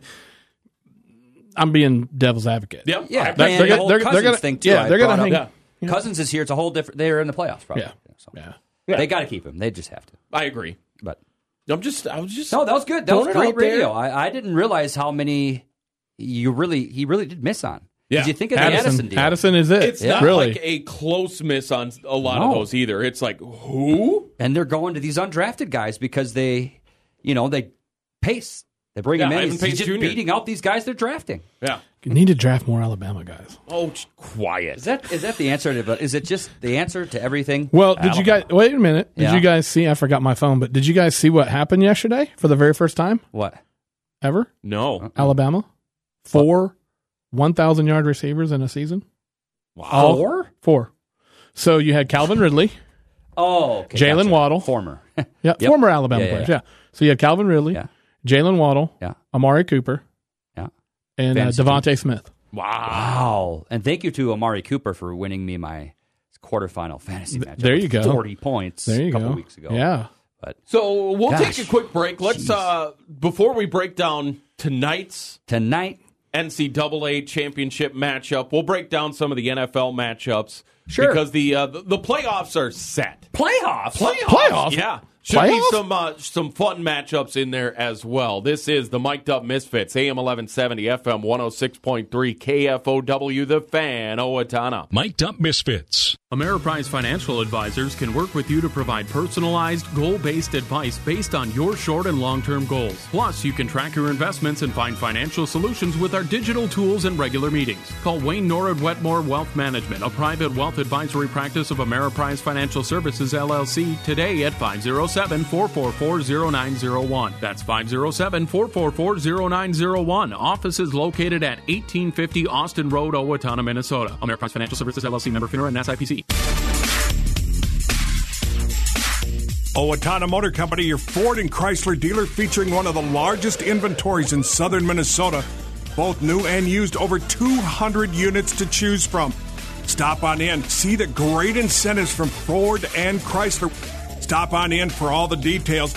Speaker 11: I'm being devil's advocate.
Speaker 5: Yep.
Speaker 6: yeah,
Speaker 5: I-
Speaker 11: They're-
Speaker 6: and
Speaker 11: they're
Speaker 6: the
Speaker 11: gonna-
Speaker 6: whole
Speaker 11: they're- they're
Speaker 6: Cousins
Speaker 11: gonna-
Speaker 6: thing too.
Speaker 11: yeah,
Speaker 6: I
Speaker 11: they're gonna
Speaker 6: brought
Speaker 11: hang-
Speaker 6: up. Cousins is here. It's a whole different. They're in the playoffs, probably.
Speaker 11: Yeah.
Speaker 6: So
Speaker 11: Yeah.
Speaker 6: They got to keep him. They just have to.
Speaker 5: I agree.
Speaker 6: But
Speaker 5: I'm just. I was just.
Speaker 6: no, that was good. That was
Speaker 5: Throwing it
Speaker 6: great
Speaker 5: out there.
Speaker 6: radio. I, I didn't realize how many you really he really did miss on.
Speaker 5: Yeah.
Speaker 6: Did you think of the Addison
Speaker 11: Addison,
Speaker 6: deal?
Speaker 11: Addison is it?
Speaker 5: It's not
Speaker 11: really.
Speaker 5: like a close miss on a lot
Speaker 6: No.
Speaker 5: of those either. It's like who?
Speaker 6: and they're going to these undrafted guys because they, you know, they pace. They bring
Speaker 5: Yeah,
Speaker 6: him in.
Speaker 5: Ivan
Speaker 6: He's,
Speaker 5: Pace
Speaker 6: he's just
Speaker 5: Jr..
Speaker 6: beating out these guys they're drafting.
Speaker 5: Yeah.
Speaker 11: you need to draft more Alabama guys.
Speaker 5: Oh, sh- quiet.
Speaker 6: Is that is that the answer to? Is it just the answer to everything?
Speaker 11: Well, did you guys wait a minute? Did
Speaker 6: Yeah.
Speaker 11: you guys see? I forgot my phone, but did you guys see what happened yesterday for the very first time
Speaker 6: What?
Speaker 11: ever?
Speaker 5: No.
Speaker 11: Alabama, four one thousand yard receivers in a season. All-
Speaker 6: Four?
Speaker 11: Four. So you had Calvin Ridley.
Speaker 6: Oh, okay,
Speaker 11: Jalen
Speaker 6: gotcha.
Speaker 11: Waddle.
Speaker 6: former. <laughs>
Speaker 11: Yeah,
Speaker 6: Yep.
Speaker 11: former Alabama
Speaker 6: Yeah, yeah,
Speaker 11: players.
Speaker 6: yeah.
Speaker 11: Yeah. So you had Calvin Ridley,
Speaker 6: Yeah.
Speaker 11: Jalen Waddle,
Speaker 6: yeah,
Speaker 11: Amari Cooper,
Speaker 6: yeah.
Speaker 11: and uh,
Speaker 6: Fantasy
Speaker 11: Devontae Smith.
Speaker 5: Wow.
Speaker 6: Wow! And thank you to Amari Cooper for winning me my quarterfinal fantasy match.
Speaker 11: there you go.
Speaker 6: Forty points.
Speaker 11: There you
Speaker 6: a couple
Speaker 11: go.
Speaker 6: Weeks ago.
Speaker 11: Yeah.
Speaker 6: But
Speaker 5: So we'll
Speaker 6: Gosh.
Speaker 5: take a quick break. Let's uh before we break down tonight's
Speaker 6: tonight,
Speaker 5: NCAA championship matchup, we'll break down some of the NFL matchups.
Speaker 6: Sure.
Speaker 5: Because the uh, the- the playoffs are set.
Speaker 6: playoffs.
Speaker 11: Playoffs?
Speaker 5: Yeah. Should
Speaker 11: Playoffs?
Speaker 5: be some uh, some fun matchups in there as well. This is the Mic'd Up Misfits, AM 1170, FM 106.3, KFOW, The Fan, Owatonna.
Speaker 10: Mic'd Up Misfits.
Speaker 12: Ameriprise Financial Advisors can work with you to provide personalized, goal based advice based on your short and long term goals. Plus, you can track your investments and find financial solutions with our digital tools and regular meetings. Call Wayne Norwood Wetmore Wealth Management, a private wealth advisory practice of Ameriprise Financial Services LLC, today at 507 444 0901. That's 507 444 0901. Office is located at 1850 Austin Road, Owatonna, Minnesota. Ameriprise Financial Services LLC member FINRA and SIPC.
Speaker 9: Owatonna Oh, Motor Company, your Ford and Chrysler dealer featuring one of the largest inventories in southern Minnesota, both new and used, over 200 units to choose from. Stop on in, see the great incentives from Ford and Chrysler. Stop on in for all the details.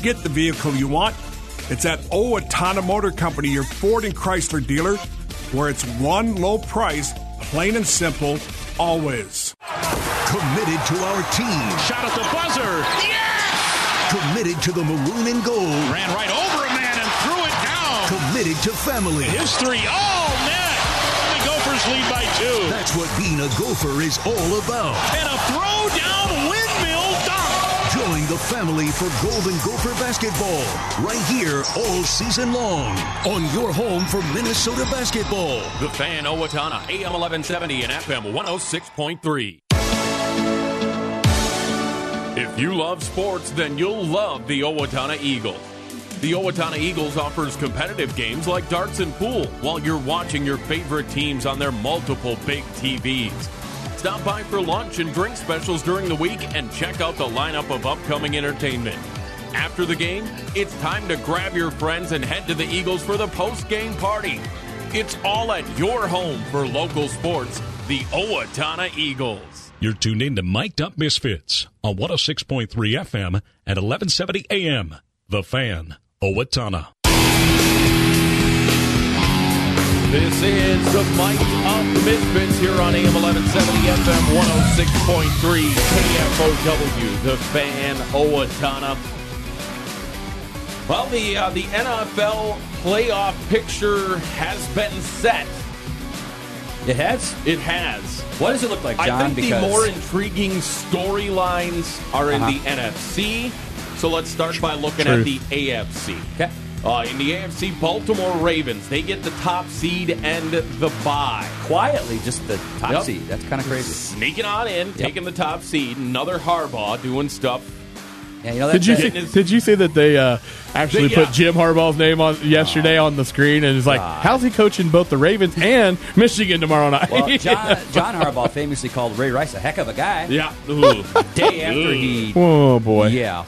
Speaker 9: Get the vehicle you want. It's at Owatonna Motor Company, your Ford and Chrysler dealer, where it's one low price, plain and simple, always.
Speaker 3: Committed to our team.
Speaker 12: Shot at the buzzer.
Speaker 3: Committed to the maroon and gold.
Speaker 12: Ran right over a man and threw it down.
Speaker 3: Committed to family.
Speaker 12: History all net.
Speaker 13: Gophers lead by two.
Speaker 3: That's what being a gopher is all about.
Speaker 13: And a throw down windmill dunk.
Speaker 3: Join the family for Golden Gopher basketball right here all season long on your home for Minnesota basketball.
Speaker 5: The Fan Owatonna, AM 1170 and FM 106.3. If you love sports, then you'll love the Owatonna Eagles. The Owatonna Eagles offers competitive games like darts and pool while you're watching your favorite teams on their multiple big TVs. Stop by for lunch and drink specials during the week and check out the lineup of upcoming entertainment. After the game, it's time to grab your friends and head to the Eagles for the post game party. It's all at your home for local sports, the Owatonna Eagles.
Speaker 10: You're tuned in to Mic'd Up Misfits on 106.3 FM at 1170 AM. The Fan, Owatonna.
Speaker 5: This is the Mike of the Misfits here on AM 1170 FM 106.3 KFOW, the fan Owatonna. Well, the, uh, the NFL playoff picture has been set.
Speaker 6: It has?
Speaker 5: It has.
Speaker 6: What does it look like, John?
Speaker 5: I think
Speaker 6: Because-
Speaker 5: the more intriguing storylines are in
Speaker 6: Uh-huh.
Speaker 5: the NFC. So let's start by looking at
Speaker 6: Truth.
Speaker 5: the AFC. Uh, in the AFC, Baltimore Ravens, they get the top seed and the bye.
Speaker 6: Quietly, just the top
Speaker 5: Yep.
Speaker 6: seed. That's kind of crazy.
Speaker 5: Sneaking on in, taking the top seed. Another Harbaugh doing stuff.
Speaker 6: Yeah, you know
Speaker 11: Did you see,
Speaker 5: Getting his-
Speaker 11: did you see that they uh, actually
Speaker 5: They- yeah.
Speaker 11: put Jim Harbaugh's name on yesterday on the screen and it's like,
Speaker 6: God.
Speaker 11: how's he coaching both the Ravens and Michigan tomorrow night?
Speaker 6: Well,
Speaker 11: <laughs>
Speaker 6: John, John Harbaugh famously called Ray Rice a heck of a guy.
Speaker 5: <laughs> Yeah.
Speaker 6: Day after he.
Speaker 11: oh boy,
Speaker 6: yeah.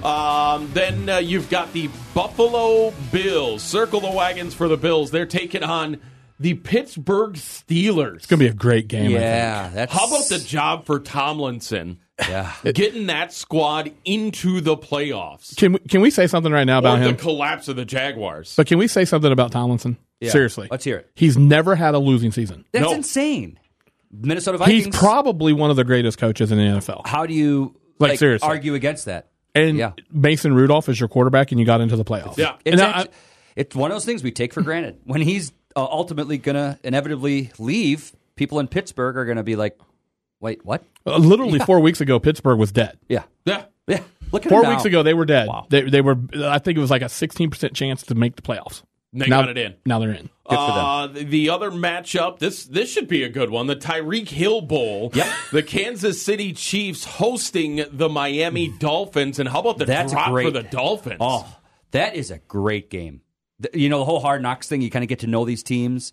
Speaker 5: Um, then uh, you've got the Buffalo Bills. Circle the wagons for the Bills. They're taking on the Pittsburgh Steelers.
Speaker 11: It's gonna be a great game.
Speaker 6: Yeah, that's
Speaker 5: How about the job for Tomlinson?
Speaker 6: Yeah.
Speaker 5: Getting that squad into the playoffs.
Speaker 11: Can we, can we say something right now about
Speaker 5: or
Speaker 11: him?
Speaker 5: the collapse of the Jaguars.
Speaker 11: But can we say something about Tomlinson?
Speaker 6: Yeah.
Speaker 11: Seriously,
Speaker 6: Let's hear it.
Speaker 11: He's never had a losing season.
Speaker 6: That's
Speaker 5: No.
Speaker 6: insane. Minnesota Vikings.
Speaker 11: He's probably one of the greatest coaches in the NFL.
Speaker 6: How do you
Speaker 11: Like,
Speaker 6: like,
Speaker 11: seriously.
Speaker 6: argue against that?
Speaker 11: And
Speaker 6: Yeah.
Speaker 11: Mason Rudolph is your quarterback, and you got into the playoffs.
Speaker 5: Yeah.
Speaker 6: It's,
Speaker 11: Now,
Speaker 6: act- it's one of those things we take
Speaker 11: <laughs>
Speaker 6: for granted. When he's uh, ultimately going to inevitably leave, people in Pittsburgh are going to be like, wait, what?
Speaker 11: Uh, Literally four weeks ago, Pittsburgh was dead.
Speaker 6: Yeah.
Speaker 5: Yeah.
Speaker 6: Yeah. Look at
Speaker 11: Four
Speaker 6: him
Speaker 11: weeks
Speaker 6: now.
Speaker 11: ago, they were dead.
Speaker 6: Wow.
Speaker 11: They, they were. I think it was like a sixteen percent chance to make the playoffs.
Speaker 5: They
Speaker 11: now,
Speaker 5: got it in.
Speaker 11: Now they're in.
Speaker 6: Good for them.
Speaker 5: Uh, the- the other matchup, this this should be a good one. The Tyreek Hill Bowl.
Speaker 6: Yep.
Speaker 5: The Kansas City Chiefs hosting the Miami Dolphins. And how about the
Speaker 6: That's
Speaker 5: drop
Speaker 6: great.
Speaker 5: for the Dolphins?
Speaker 6: Oh, that is a great game. Th- You know the whole hard knocks thing. You kind of get to know these teams.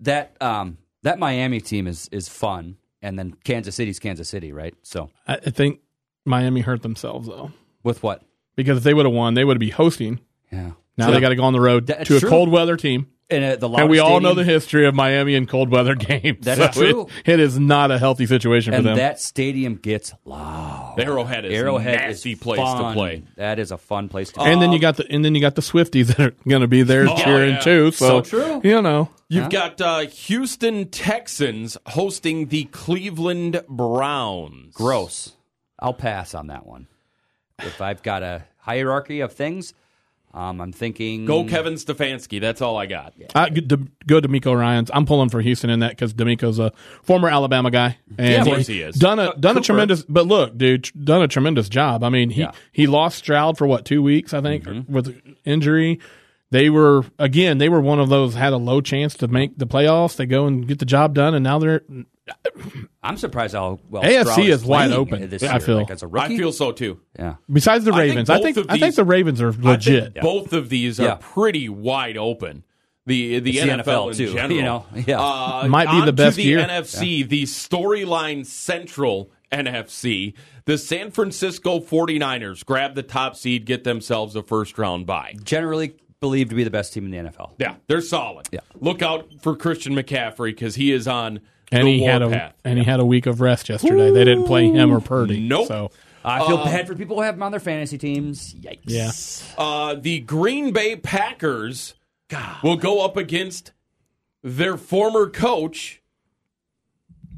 Speaker 6: That um, that Miami team is is fun, and then Kansas City's Kansas City, right? So
Speaker 11: I, I think Miami hurt themselves though
Speaker 6: with what?
Speaker 11: because if they would have won, they would be hosting.
Speaker 6: Yeah,
Speaker 11: Now
Speaker 6: So-
Speaker 11: they got to go on the road
Speaker 6: That's
Speaker 11: to a
Speaker 6: true.
Speaker 11: cold weather team.
Speaker 6: and uh, the
Speaker 11: and we all know
Speaker 6: Stadium,
Speaker 11: the history of Miami and cold weather games.
Speaker 6: That is
Speaker 11: it-
Speaker 6: true.
Speaker 11: <laughs> it is not a healthy situation for
Speaker 6: and
Speaker 11: them.
Speaker 6: that stadium gets loud.
Speaker 5: The Arrowhead is
Speaker 6: Arrowhead
Speaker 5: nasty
Speaker 6: is
Speaker 5: place
Speaker 6: fun.
Speaker 5: to play.
Speaker 6: That is a fun place to play.
Speaker 11: and then you got the and then you got the Swifties <laughs> that are going to be there
Speaker 5: Oh,
Speaker 11: cheering
Speaker 5: yeah.
Speaker 11: too. So,
Speaker 6: So true.
Speaker 11: You know,
Speaker 5: You've got uh, Houston Texans hosting the Cleveland Browns.
Speaker 6: gross. I'll pass on that one. If I've got a hierarchy of things, um, I'm thinking
Speaker 5: Go Kevin Stefanski. That's all I got.
Speaker 11: I go to go D'Amico Ryan's. I'm pulling for Houston in that because D'Amico's a former Alabama guy, and
Speaker 5: of course he is.
Speaker 11: done a done
Speaker 6: Cooper.
Speaker 11: a tremendous. But look, dude, tr- done a tremendous job. I mean, he
Speaker 6: Yeah.
Speaker 11: he lost Stroud for what two weeks, I think,
Speaker 5: Mm-hmm.
Speaker 11: with injury. They were again. They were one of those had a low chance to make the playoffs. They go and get the job done, and now they're
Speaker 6: I'm surprised how well
Speaker 11: AFC
Speaker 6: Stroud
Speaker 11: is wide
Speaker 6: playing
Speaker 11: open.
Speaker 6: This
Speaker 11: Yeah, I
Speaker 6: year.
Speaker 11: feel.
Speaker 6: like as a rookie.
Speaker 5: I feel so too.
Speaker 6: yeah.
Speaker 11: besides the
Speaker 5: I think
Speaker 11: Ravens. I
Speaker 5: both
Speaker 11: think
Speaker 5: of
Speaker 11: I think
Speaker 5: these-
Speaker 11: the Ravens are
Speaker 5: I think
Speaker 11: legit.
Speaker 5: Both of these are
Speaker 6: Yeah.
Speaker 5: pretty wide open. The the,
Speaker 6: It's the
Speaker 5: NFL,
Speaker 6: NFL
Speaker 5: in
Speaker 6: too, <laughs>
Speaker 5: general,
Speaker 6: you know? Yeah.
Speaker 5: Uh,
Speaker 11: Might be the
Speaker 5: onto
Speaker 11: best
Speaker 5: the
Speaker 11: year.
Speaker 5: NFC, the storyline central NFC. The San Francisco 49ers grab the top seed, get themselves a first round bye.
Speaker 6: Generally believed to be the best team in the NFL.
Speaker 5: Yeah, they're solid.
Speaker 6: Yeah.
Speaker 5: Look out for Christian McCaffrey because he is on
Speaker 11: and
Speaker 5: the
Speaker 11: he had a
Speaker 5: warpath.
Speaker 11: and he had a week of rest yesterday. They didn't play him or Purdy.
Speaker 5: Nope.
Speaker 11: So
Speaker 6: I feel
Speaker 5: um,
Speaker 6: bad for people who have them on their fantasy teams. Yikes.
Speaker 11: yeah,
Speaker 5: uh, the Green Bay Packers will go up against their former coach,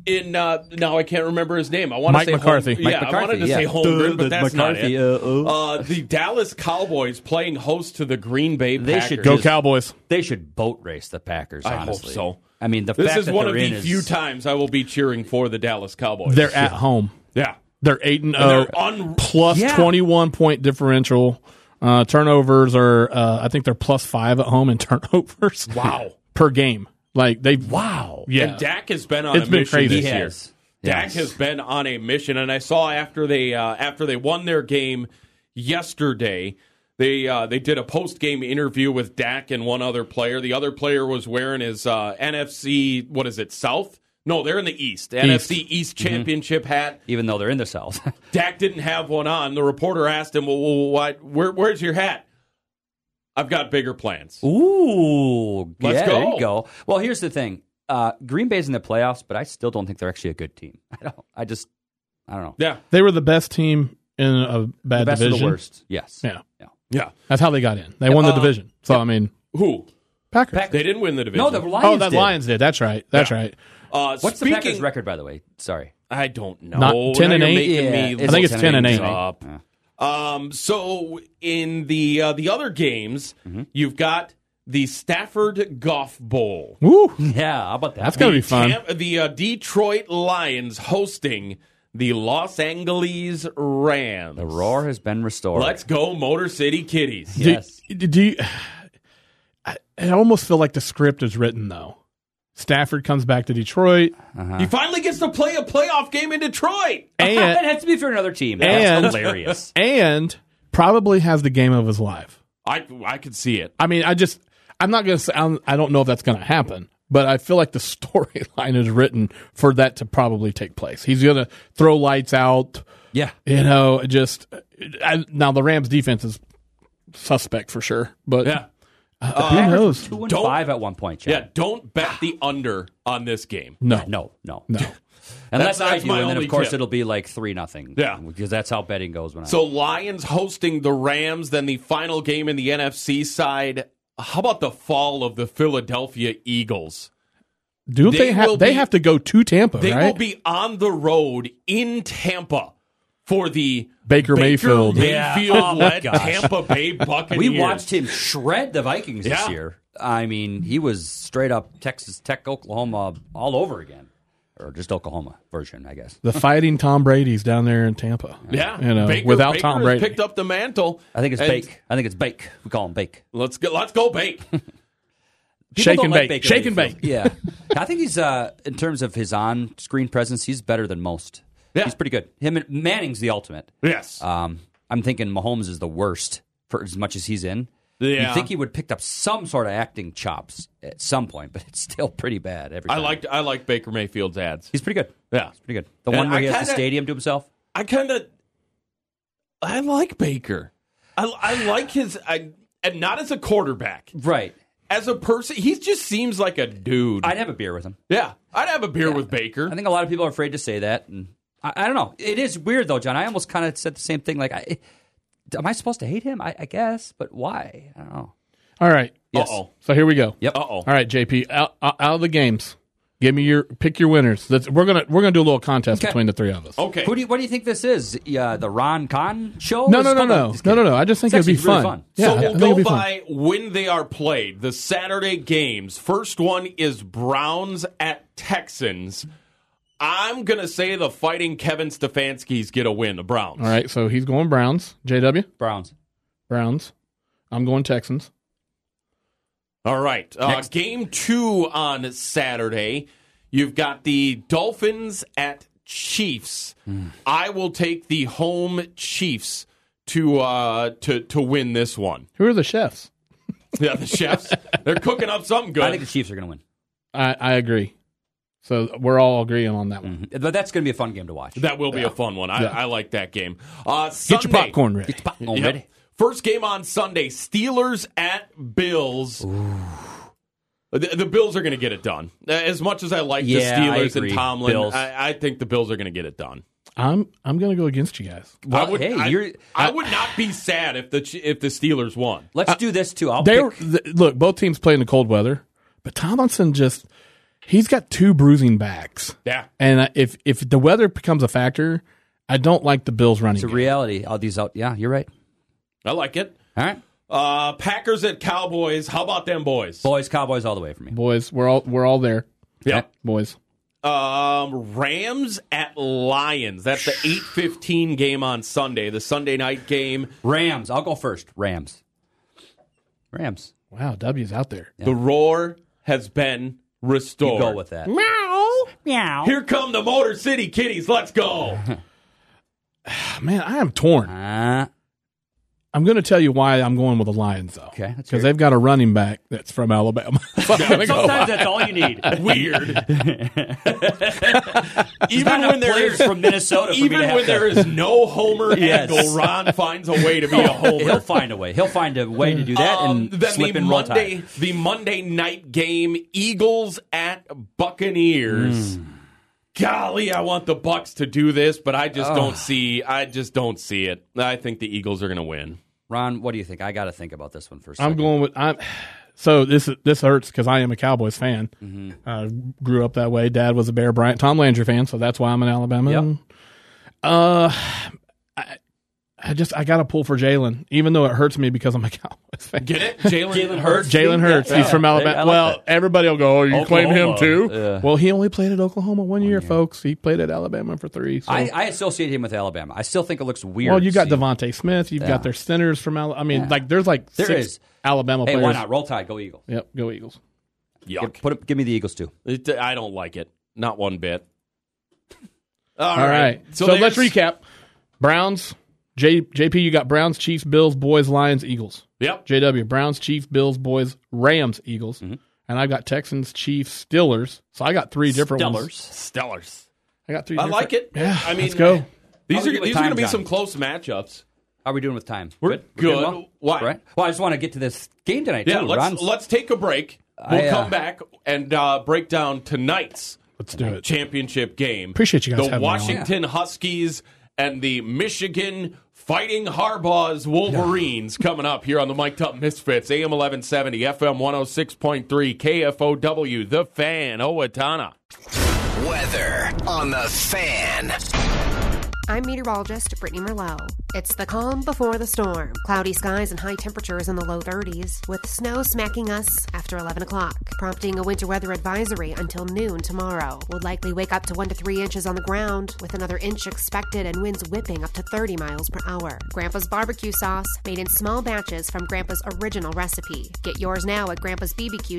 Speaker 5: in uh, now I can't remember his name. I want
Speaker 11: Mike
Speaker 5: to say
Speaker 11: McCarthy.
Speaker 5: Hol-
Speaker 11: Mike
Speaker 5: yeah, I
Speaker 11: McCarthy,
Speaker 5: wanted to
Speaker 11: yeah.
Speaker 5: say Holmgren,
Speaker 11: Duh,
Speaker 5: but that's not
Speaker 11: McCarthy,
Speaker 5: it.
Speaker 11: uh, oh.
Speaker 5: Uh, the Dallas Cowboys playing host to the Green Bay
Speaker 6: They
Speaker 5: Packers.
Speaker 6: should just- They should boat race the Packers.
Speaker 5: I hope
Speaker 6: honestly.
Speaker 5: so.
Speaker 6: I mean, the
Speaker 5: this
Speaker 6: fact
Speaker 5: is
Speaker 6: that
Speaker 5: one
Speaker 6: they're
Speaker 5: of
Speaker 6: in
Speaker 5: the
Speaker 6: is
Speaker 5: few times I will be cheering for the Dallas Cowboys.
Speaker 11: They're at home.
Speaker 5: Yeah.
Speaker 11: They're 8 and oh. 0.
Speaker 5: And they're un-
Speaker 11: plus
Speaker 5: Yeah.
Speaker 11: 21 point differential. Uh, turnovers are, uh, I think they're plus five at home in <laughs> turnovers.
Speaker 5: Wow.
Speaker 11: per game. Like they
Speaker 6: Wow.
Speaker 11: Yeah.
Speaker 5: And Dak has been on
Speaker 11: It's
Speaker 5: a
Speaker 11: been
Speaker 5: mission
Speaker 11: crazy.
Speaker 5: this
Speaker 11: He
Speaker 5: year.
Speaker 11: has.
Speaker 5: Dak
Speaker 11: Yes.
Speaker 5: has been on a mission, and I saw after they uh, after they won their game yesterday, they uh, they did a post game interview with Dak and one other player. The other player was wearing his uh, NFC what is it South? No, they're in the East. NFC East
Speaker 6: Mm-hmm.
Speaker 5: Championship hat.
Speaker 6: even though they're in the South. <laughs>
Speaker 5: Dak didn't have one on. The reporter asked him, "Well, well why, where, where's your hat?" I've got bigger plans.
Speaker 6: Ooh,
Speaker 5: Let's
Speaker 6: yeah, there
Speaker 5: go.
Speaker 6: you go. Well, here's the thing: uh, Green Bay's in the playoffs, but I still don't think they're actually a good team. <laughs> I don't. I just, I don't know.
Speaker 5: Yeah,
Speaker 11: they were the best team in a bad
Speaker 6: the best
Speaker 11: division.
Speaker 6: of the worst. Yes.
Speaker 11: Yeah.
Speaker 6: Yeah.
Speaker 5: Yeah.
Speaker 11: That's how they got in. They won the
Speaker 5: Uh,
Speaker 11: division. So I mean,
Speaker 5: Who?
Speaker 11: Packers.
Speaker 5: They didn't win the division.
Speaker 6: No, the Lions.
Speaker 11: oh, that
Speaker 6: did.
Speaker 11: Lions did. That's right. That's right.
Speaker 5: Uh,
Speaker 6: What's
Speaker 5: speaking,
Speaker 6: the Packers' record, by the way? Sorry, <laughs>
Speaker 5: I don't know.
Speaker 11: Not
Speaker 5: Now
Speaker 11: 10 and
Speaker 5: you're
Speaker 11: eight?
Speaker 5: making
Speaker 11: Yeah,
Speaker 5: me
Speaker 11: it's I think it's 10 and 10 and eight. eight.
Speaker 5: up.
Speaker 6: Yeah.
Speaker 5: Um, so in the uh, the other games,
Speaker 6: Mm-hmm.
Speaker 5: you've got the Stafford Golf Bowl.
Speaker 11: Woo.
Speaker 6: Yeah, how about that?
Speaker 11: That's gonna be fun.
Speaker 5: Tampa- the uh, Detroit Lions hosting the Los Angeles Rams.
Speaker 6: The roar has been restored.
Speaker 5: Let's go, Motor City Kitties.
Speaker 11: Do-
Speaker 6: <laughs>
Speaker 11: Do, you? I, I almost feel like the script is written though. Stafford comes back to
Speaker 6: <laughs>
Speaker 11: Detroit.
Speaker 5: He finally gets to play a playoff game in Detroit.
Speaker 11: And-
Speaker 6: that has to be for another team. That's
Speaker 11: and
Speaker 6: hilarious.
Speaker 11: And probably has the game of his life.
Speaker 5: I I could see it.
Speaker 11: I mean, I just I'm not gonna say I'm, I don't know if that's gonna happen, but I feel like the <laughs> storyline is written for that to probably take place. He's gonna throw lights out.
Speaker 6: Yeah,
Speaker 11: you know, just I, now the Rams defense is suspect for sure, but
Speaker 5: Yeah.
Speaker 11: uh, who knows?
Speaker 6: Two
Speaker 5: <laughs>
Speaker 6: and
Speaker 5: Don't-
Speaker 6: five at one point. Chad.
Speaker 5: Yeah, don't bet the under on this game.
Speaker 11: No,
Speaker 6: No. No.
Speaker 11: no.
Speaker 6: Unless
Speaker 5: That's-
Speaker 6: I
Speaker 5: that's
Speaker 6: do,
Speaker 5: my
Speaker 6: and then
Speaker 5: only
Speaker 6: of course
Speaker 5: tip.
Speaker 6: it'll be like three nothing.
Speaker 5: Yeah.
Speaker 6: because that's how betting goes. When I
Speaker 5: So Lions hosting the Rams, then the final game in the NFC side. How about the fall of the Philadelphia Eagles?
Speaker 11: Do
Speaker 5: They
Speaker 11: they, have
Speaker 5: will
Speaker 11: they
Speaker 5: be-
Speaker 11: have to go to Tampa,
Speaker 5: They
Speaker 11: right?
Speaker 5: will be on the road in Tampa for the
Speaker 11: Baker Mayfield.
Speaker 6: Yeah.
Speaker 5: <laughs>
Speaker 6: Oh,
Speaker 5: Mayfield
Speaker 6: my
Speaker 5: led
Speaker 6: gosh.
Speaker 5: Tampa Bay Buccaneers.
Speaker 6: we watched him shred the Vikings this
Speaker 5: Yeah.
Speaker 6: year. I mean, he was straight up Texas Tech, Oklahoma, all over again, or just Oklahoma version, I guess.
Speaker 11: the fighting Tom Brady's down there in Tampa.
Speaker 5: Yeah,
Speaker 11: you know,
Speaker 5: Baker-
Speaker 11: without
Speaker 5: Baker
Speaker 11: Tom
Speaker 5: has
Speaker 11: Brady.
Speaker 5: picked up the mantle.
Speaker 6: I think it's
Speaker 5: And
Speaker 6: Bake. I think it's Bake. We call him Bake.
Speaker 5: Let's go. Let's go,
Speaker 6: <laughs>
Speaker 5: Bake.
Speaker 6: People
Speaker 11: Shake
Speaker 6: don't
Speaker 11: and
Speaker 6: like
Speaker 11: bake.
Speaker 6: Baker
Speaker 11: Shake and
Speaker 6: Mayfield.
Speaker 11: bake.
Speaker 6: Yeah, I think he's uh, in terms of his on-screen presence, he's better than most.
Speaker 5: Yeah.
Speaker 6: He's pretty good. Him and Manning's the ultimate.
Speaker 5: yes.
Speaker 6: Um, I'm thinking Mahomes is the worst for as much as he's in.
Speaker 5: Yeah.
Speaker 6: You think he would picked up some sort of acting chops at some point, but it's still pretty bad every
Speaker 5: I
Speaker 6: time.
Speaker 5: liked I like Baker Mayfield's ads.
Speaker 6: He's pretty good.
Speaker 5: Yeah.
Speaker 6: he's pretty good. The
Speaker 5: And
Speaker 6: one where
Speaker 5: I
Speaker 6: he has the
Speaker 5: kinda-
Speaker 6: stadium to himself.
Speaker 5: I kind of I like Baker. I I like his I and not as a quarterback.
Speaker 6: Right.
Speaker 5: As a person, he just seems like a dude.
Speaker 6: I'd have a beer with him.
Speaker 5: yeah, I'd have a beer with Baker.
Speaker 6: I think a lot of people are afraid to say that, and I, I don't know. It is weird though, John. I almost kind of said the same thing. Like, I, am I supposed to hate him? I, I guess, but why? I don't know.
Speaker 11: All right.
Speaker 6: Yes.
Speaker 5: Uh-oh.
Speaker 11: So here we go.
Speaker 6: Yep.
Speaker 5: Uh-oh.
Speaker 11: All right, JP, out, out out of the games. Give me your pick your winners. That's, we're gonna we're gonna do a little contest
Speaker 6: Okay. Oh.
Speaker 11: between the three of us.
Speaker 5: Okay.
Speaker 6: Who do you, what do you think this is? Uh, the Ron Con show?
Speaker 11: No,
Speaker 6: It's
Speaker 11: no, no,
Speaker 6: called the-
Speaker 11: no,
Speaker 6: Just
Speaker 11: no, no,
Speaker 6: kidding.
Speaker 11: no. I just think
Speaker 6: It's
Speaker 11: it'd be
Speaker 6: actually really
Speaker 11: fun. Yeah,
Speaker 5: so
Speaker 11: I
Speaker 5: we'll
Speaker 11: think it'd
Speaker 5: go
Speaker 11: be fun.
Speaker 5: by when they are played. The Saturday games. First one is Browns at Texans. I'm gonna say the Fighting Kevin Stefanski's get a win. The Browns.
Speaker 11: All right, so he's going Browns. JW
Speaker 6: Browns.
Speaker 11: Browns. I'm going Texans.
Speaker 5: All right. Uh, game two on Saturday. You've got the Dolphins at Chiefs.
Speaker 11: Hmm.
Speaker 5: I will take the home Chiefs to uh, to to win this one.
Speaker 11: Who are the chefs?
Speaker 5: Yeah,
Speaker 11: <laughs>
Speaker 5: the chefs they're cooking up something good.
Speaker 6: I think the Chiefs are going to win,
Speaker 11: I, I agree. So we're all agreeing on that one.
Speaker 6: but that's going to be a fun game to watch.
Speaker 5: that will be a fun one. I,
Speaker 11: Yeah.
Speaker 5: I like that game. Uh,
Speaker 11: Get your
Speaker 5: Sunday-
Speaker 11: popcorn ready.
Speaker 6: It's popcorn
Speaker 5: Yep.
Speaker 6: ready.
Speaker 5: First game on Sunday: Steelers at Bills. The, the Bills are going to get it done. As much as I like
Speaker 6: Yeah, I
Speaker 5: the Steelers and
Speaker 6: agree.
Speaker 5: Tomlin,
Speaker 6: Bills.
Speaker 5: I, I think the Bills are going to get it done.
Speaker 11: I'm I'm gonna go against you guys.
Speaker 6: Well,
Speaker 5: I would,
Speaker 6: hey,
Speaker 5: I,
Speaker 6: you're-
Speaker 5: I would not be sad if the Ch- if the Steelers won.
Speaker 6: Let's do this too. I'll
Speaker 11: Uh, They
Speaker 6: pick
Speaker 11: th- look. Both teams play in the cold weather, but Tomlinson just he's got two bruising backs.
Speaker 5: Yeah.
Speaker 11: And I- if if the weather becomes a factor, I don't like the Bills running.
Speaker 6: It's a
Speaker 11: game.
Speaker 6: reality. All these out. Yeah, you're right.
Speaker 5: I like it.
Speaker 6: All right.
Speaker 5: Uh, Packers at Cowboys. How about them boys?
Speaker 6: Boys, Cowboys, all the way for me.
Speaker 11: Boys, we're all we're all there.
Speaker 5: Yeah.
Speaker 11: Boys.
Speaker 5: Um, Rams at Lions. That's the eight fifteen game on Sunday. The Sunday night game.
Speaker 6: Rams. I'll go first. Rams. Rams.
Speaker 11: Wow, W's out there.
Speaker 5: The roar has been restored.
Speaker 6: You go with that.
Speaker 5: Meow. Meow. Here come the Motor City Kitties. Let's
Speaker 6: <laughs>
Speaker 5: go.
Speaker 11: Ah, Man, I am torn.
Speaker 6: Uh,
Speaker 11: I'm going to tell you why I'm going with the Lions though.
Speaker 6: Okay, let's hear
Speaker 11: Because they've got a running back that's from Alabama. <laughs>
Speaker 5: Oh.
Speaker 6: Sometimes that's all you need.
Speaker 5: Weird.
Speaker 6: even when there is from Minnesota, for me
Speaker 5: <laughs>
Speaker 6: to
Speaker 5: even
Speaker 6: have
Speaker 5: when
Speaker 6: to- <laughs>
Speaker 5: there is no Homer
Speaker 6: Yes.
Speaker 5: angle, Ron finds a way to be a Homer.
Speaker 6: <laughs> he'll find a way. He'll find a way to do that
Speaker 5: Um,
Speaker 6: and
Speaker 5: then
Speaker 6: slip
Speaker 5: the
Speaker 6: and roll
Speaker 5: Monday,
Speaker 6: tide.
Speaker 5: the Monday night game, Eagles at Buccaneers.
Speaker 6: Hmm.
Speaker 5: Golly, I want the Bucks to do this, but I just don't see. I just don't see it. I think the Eagles are going to win.
Speaker 6: Ron, what do you think? I got to think about this one first.
Speaker 11: I'm going with I'm. So this this hurts because I am a Cowboys fan. Uh, grew up that way. Dad was a Bear Bryant, Tom Landry fan, so that's why I'm an Alabama. Uh, I, I just I got to pull for Jalen, even though it hurts me because I'm a <laughs> Cowboys fan.
Speaker 5: Get it? Jalen, Hurts.
Speaker 11: Jalen Hurts, he's from Alabama. well, everybody will go, "Oh, you claim him
Speaker 6: Oklahoma.
Speaker 11: too."
Speaker 6: Yeah.
Speaker 11: Well, he only played at Oklahoma one year, folks. He played at Alabama for three. So.
Speaker 6: I, I associate him with Alabama. I still think it looks weird.
Speaker 11: well, you got
Speaker 6: seeing-
Speaker 11: Devonte Smith. You've
Speaker 6: Yeah.
Speaker 11: got their centers from Alabama. I mean,
Speaker 6: Yeah.
Speaker 11: like there's like
Speaker 6: There
Speaker 11: six
Speaker 6: is.
Speaker 11: Alabama
Speaker 6: Hey,
Speaker 11: players.
Speaker 6: why not? Roll tide. Go Eagles.
Speaker 11: Yep, go Eagles.
Speaker 5: Yuck.
Speaker 6: Put up, give me the Eagles too.
Speaker 5: It, I don't like it. Not one bit.
Speaker 11: All right. So, let's
Speaker 5: there's-
Speaker 11: recap. Browns, J, JP, you got Browns, Chiefs, Bills, Boys, Lions, Eagles.
Speaker 5: Yep.
Speaker 11: JW, Browns, Chiefs, Bills, Boys, Rams, Eagles.
Speaker 6: Mm-hmm.
Speaker 11: And I've got Texans, Chiefs, Steelers. So I got three different ones.
Speaker 5: Stellars.
Speaker 11: I got three
Speaker 5: I
Speaker 11: different-
Speaker 5: like it.
Speaker 11: Yeah.
Speaker 5: I mean,
Speaker 11: let's go.
Speaker 5: These are
Speaker 6: How are we doing
Speaker 5: these
Speaker 6: time,
Speaker 5: are going to be
Speaker 6: John?
Speaker 5: some close matchups.
Speaker 6: How are we doing with time?
Speaker 5: We're
Speaker 6: doing
Speaker 5: good.
Speaker 6: Well?
Speaker 5: Why?
Speaker 6: Right? Well, I just want to get to this game tonight
Speaker 5: Yeah,
Speaker 6: too.
Speaker 5: let's
Speaker 6: Ron's-
Speaker 5: let's take a break. We'll
Speaker 6: I, uh,
Speaker 5: come back and uh, break down tonight's
Speaker 11: Let's do it.
Speaker 5: championship game.
Speaker 11: Appreciate you guys
Speaker 5: The
Speaker 11: having me on.
Speaker 5: Washington Huskies and the Michigan Fighting Harbaugh's
Speaker 6: <laughs>
Speaker 5: Wolverines coming up here on the Mike Up Misfits, AM 1170, FM 106.3, KFOW, The Fan, Owatonna.
Speaker 7: Weather on the fan.
Speaker 8: I'm meteorologist Brittany Merlot. It's the calm before the storm. Cloudy skies and high temperatures in the low 30s, with snow smacking us after 11 o'clock, prompting a winter weather advisory until noon tomorrow. We'll likely wake up to 1 to 3 inches on the ground, with another inch expected and winds whipping up to 30 miles per hour. Grandpa's barbecue sauce, made in small batches from Grandpa's original recipe. Get yours now at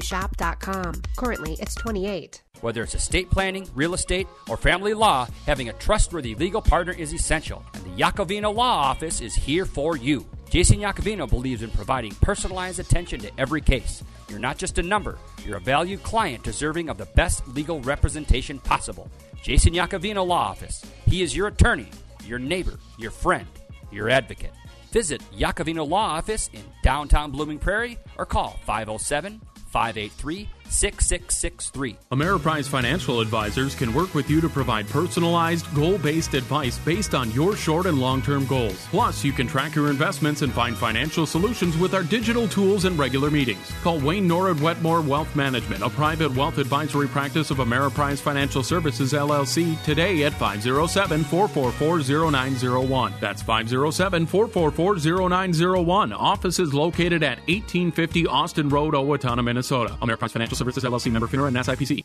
Speaker 8: grandpa'sbbqshop.com. Currently, it's 28.
Speaker 14: Whether it's estate planning, real estate, or family law, having a trustworthy legal partner is essential, and the Yakovino Law Office is here for you. Jason Yakovino believes in providing personalized attention to every case. You're not just a number, you're a valued client deserving of the best legal representation possible. Jason Yakovino Law Office. He is your attorney, your neighbor, your friend, your advocate. Visit Yakovino Law Office in downtown Blooming Prairie or call 507 583 6663.
Speaker 12: Ameriprise Financial Advisors can work with you to provide personalized, goal based advice based on your short and long term goals. Plus, you can track your investments and find financial solutions with our digital tools and regular meetings. Call Wayne Norwood Wetmore Wealth Management, a private wealth advisory practice of Ameriprise Financial Services LLC, today at 507 444 0901. That's 507 444 0901. Office is located at 1850 Austin Road, Owatonna, Minnesota. Ameriprise Financial Services LLC member FINRA and SIPC.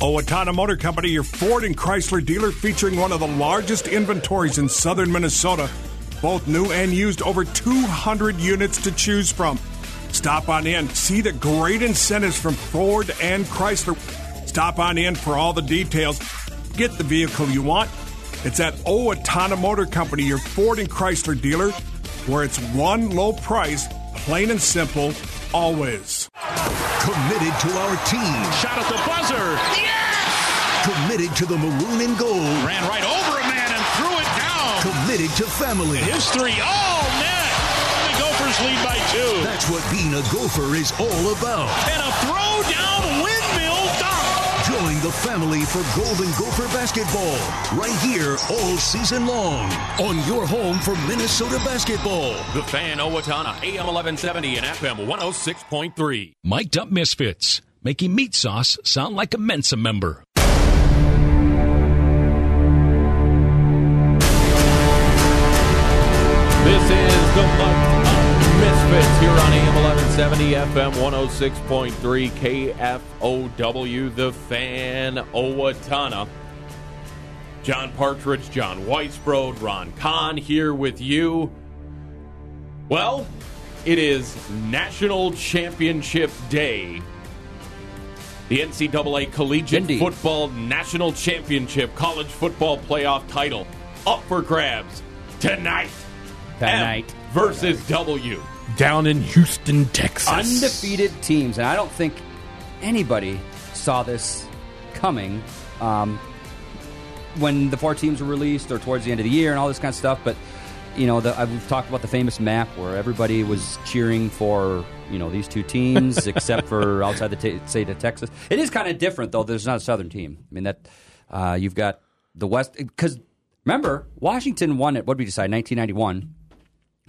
Speaker 9: Owatonna Oh, Motor Company, your Ford and Chrysler dealer featuring one of the largest inventories in southern Minnesota, both new and used, over 200 units to choose from. Stop on in, see the great incentives from Ford and Chrysler. Stop on in for all the details. Get the vehicle you want. It's at Owatonna Motor Company, your Ford and Chrysler dealer, where it's one low price, plain and simple, always.
Speaker 3: Committed to our team.
Speaker 13: Shot at the buzzer.
Speaker 3: Committed to the maroon and gold.
Speaker 13: Ran right over a man and threw it down.
Speaker 3: Committed to family.
Speaker 13: His three all net. The Gophers lead by two.
Speaker 3: That's what being a gopher is all about.
Speaker 13: And a throw down windmill dunk.
Speaker 3: Join the family for Golden Gopher basketball right here all season long on your home for Minnesota basketball.
Speaker 12: The Fan Owatonna, AM 1170 and FM 106.3.
Speaker 10: Mic'd Up Misfits, making meat sauce sound like a Mensa member.
Speaker 5: This is the Mud Up Misfits here on AM 1170, FM 106.3, KFOW, The Fan, Owatonna. John Partridge, John Weisbrod, Ron Kahn here with you. Well, it is National Championship Day. The NCAA Collegiate Football National Championship College Football Playoff title up for grabs tonight.
Speaker 6: Tonight.
Speaker 5: M versus W.
Speaker 11: Down in Houston, Texas.
Speaker 6: Undefeated teams, and I don't think anybody saw this coming um, when the four teams were released or towards the end of the year and all this kind of stuff. But you know, the, I, we've talked about the famous map where everybody was cheering for you know these two teams, except for outside the t- state of Texas. It is kind of different though. There's not a southern team. I mean that uh, you've got the West because remember Washington won at what did we decide 1991.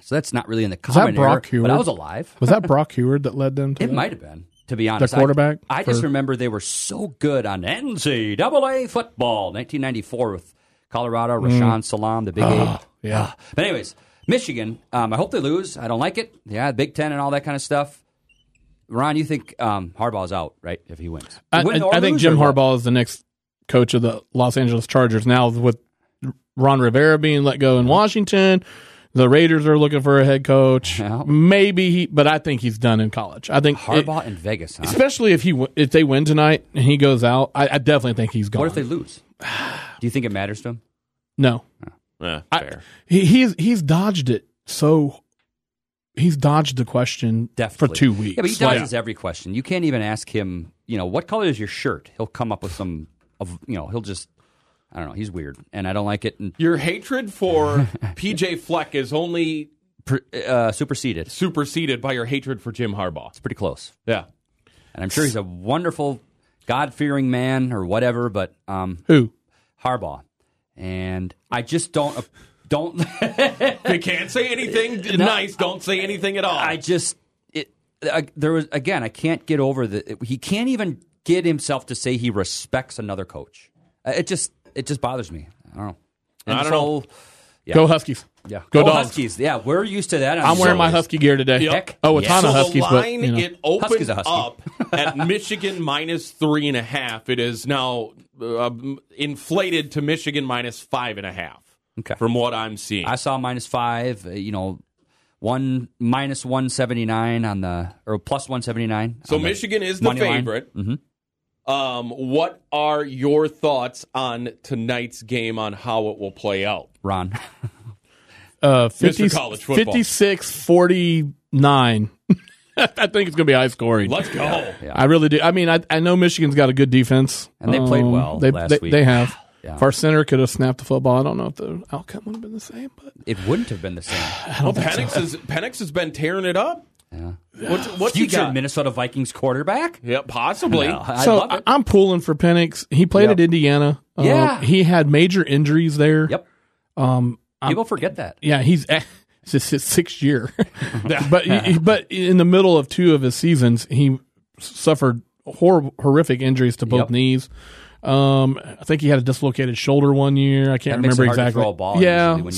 Speaker 6: So that's not really in the
Speaker 11: Was that
Speaker 6: common era,
Speaker 11: Brock Heward?
Speaker 6: but I was alive.
Speaker 11: Was that Brock Heward that led them to
Speaker 6: It
Speaker 11: that?
Speaker 6: might have been, to be honest.
Speaker 11: The quarterback?
Speaker 6: I, I just
Speaker 11: for-
Speaker 6: remember they were so good on NCAA football, 1994 with Colorado,
Speaker 11: Mm.
Speaker 6: Rashawn Salam, the Big
Speaker 11: Ah,
Speaker 6: Eight.
Speaker 11: yeah.
Speaker 6: Ah. But anyways, Michigan. Um, I hope they lose. I don't like it. Yeah, Big Ten and all that kind of stuff. Ron, you think um, Harbaugh's out, right? If he wins,
Speaker 11: I,
Speaker 6: Win
Speaker 11: I-
Speaker 6: or
Speaker 11: I think
Speaker 6: lose
Speaker 11: Jim
Speaker 6: or what?
Speaker 11: Harbaugh is the next coach of the Los Angeles Chargers. Now with Ron Rivera being let go in Washington, the Raiders are looking for a head coach. Maybe he, but I think he's done in college. I think it-
Speaker 6: Harbaugh in Vegas. Huh?
Speaker 11: especially if he w- if they win tonight and he goes out, I, I definitely think he's gone.
Speaker 6: What if they lose? Do you think it matters to him?
Speaker 11: No, I- he, he's he's dodged it. So he's dodged the question for
Speaker 6: Definitely.
Speaker 11: two weeks.
Speaker 6: Yeah, but he
Speaker 11: Like,
Speaker 6: dodges every question. You can't even ask him, you know, what color is your shirt? He'll come up with some of, you know, he'll just, I don't know. He's weird, and I don't like it. And
Speaker 5: Your hatred
Speaker 6: <laughs>
Speaker 5: for PJ Fleck is only
Speaker 6: uh, superseded
Speaker 5: superseded by your hatred for Jim Harbaugh. It's
Speaker 6: pretty close.
Speaker 5: Yeah,
Speaker 6: and I'm sure he's a wonderful, God fearing man or whatever. But um,
Speaker 11: who
Speaker 6: Harbaugh, and I just don't don't. <laughs>
Speaker 5: They can't say anything d-
Speaker 6: No.
Speaker 5: nice. Don't say anything at all.
Speaker 6: I just it I, there was again. I can't get over the. he can't even get himself to say he respects another coach. Uh, It just it just bothers me. I don't know.
Speaker 11: I don't
Speaker 6: so-
Speaker 11: know. Go Huskies.
Speaker 6: Yeah,
Speaker 11: Go
Speaker 6: Go
Speaker 11: Dogs.
Speaker 6: Huskies. Yeah, we're used to that. on
Speaker 11: I'm wearing my
Speaker 6: Sundays.
Speaker 11: Husky gear today.
Speaker 6: Yep.
Speaker 11: Heck Oh, it's
Speaker 6: yeah.
Speaker 11: on a
Speaker 6: So the
Speaker 11: Husky, but
Speaker 5: line
Speaker 11: you know.
Speaker 5: it opened
Speaker 6: Huskies are Husky.
Speaker 5: up
Speaker 6: <laughs>
Speaker 5: at Michigan minus three and a half. It is now uh, um, inflated to Michigan minus five and a half.
Speaker 6: Okay.
Speaker 5: From what I'm seeing,
Speaker 6: I saw minus five. uh, You know, one minus one seventy nine on the or plus one seventy nine.
Speaker 5: so Michigan is the favorite.
Speaker 6: hmm
Speaker 5: Um, what are your thoughts on tonight's game on how it will play
Speaker 6: <laughs>
Speaker 5: out?
Speaker 6: Ron,
Speaker 11: Uh, 50,
Speaker 5: Mr. College football.
Speaker 11: 56 49. <laughs> I think it's going to be high scoring.
Speaker 5: Let's go.
Speaker 11: I really do. I mean, I, I know Michigan's got a good defense. Um,
Speaker 6: And they played well
Speaker 11: they,
Speaker 6: last
Speaker 11: they,
Speaker 6: week.
Speaker 11: They have.
Speaker 6: <sighs> Yeah.
Speaker 11: If our center could have snapped the football, I don't know if the outcome would have been the same. But
Speaker 6: it wouldn't have been
Speaker 11: <sighs>
Speaker 6: the same.
Speaker 5: Well, Penix is Penix has been tearing it up. Yeah. What's, what's he
Speaker 6: Future
Speaker 5: got?
Speaker 6: Minnesota Vikings quarterback.
Speaker 5: Yeah, possibly.
Speaker 6: No, I
Speaker 11: so
Speaker 6: love it.
Speaker 11: I- I'm pulling for Penix. He played
Speaker 6: Yep.
Speaker 11: at Indiana. Um,
Speaker 6: Yeah.
Speaker 11: he had major injuries there.
Speaker 6: Yep.
Speaker 11: Um, I'm-
Speaker 6: People forget that.
Speaker 11: Yeah, he's <laughs> it's his, his sixth
Speaker 6: <laughs>
Speaker 11: year, but he- but in the middle of two of his seasons, he suffered hor- horrific injuries to both
Speaker 6: Yep.
Speaker 11: knees. Um, I think he had a dislocated shoulder one year. I can't
Speaker 6: That makes
Speaker 11: remember
Speaker 6: it hard to
Speaker 11: exactly.
Speaker 6: throw a ball
Speaker 11: yeah,
Speaker 6: usually when you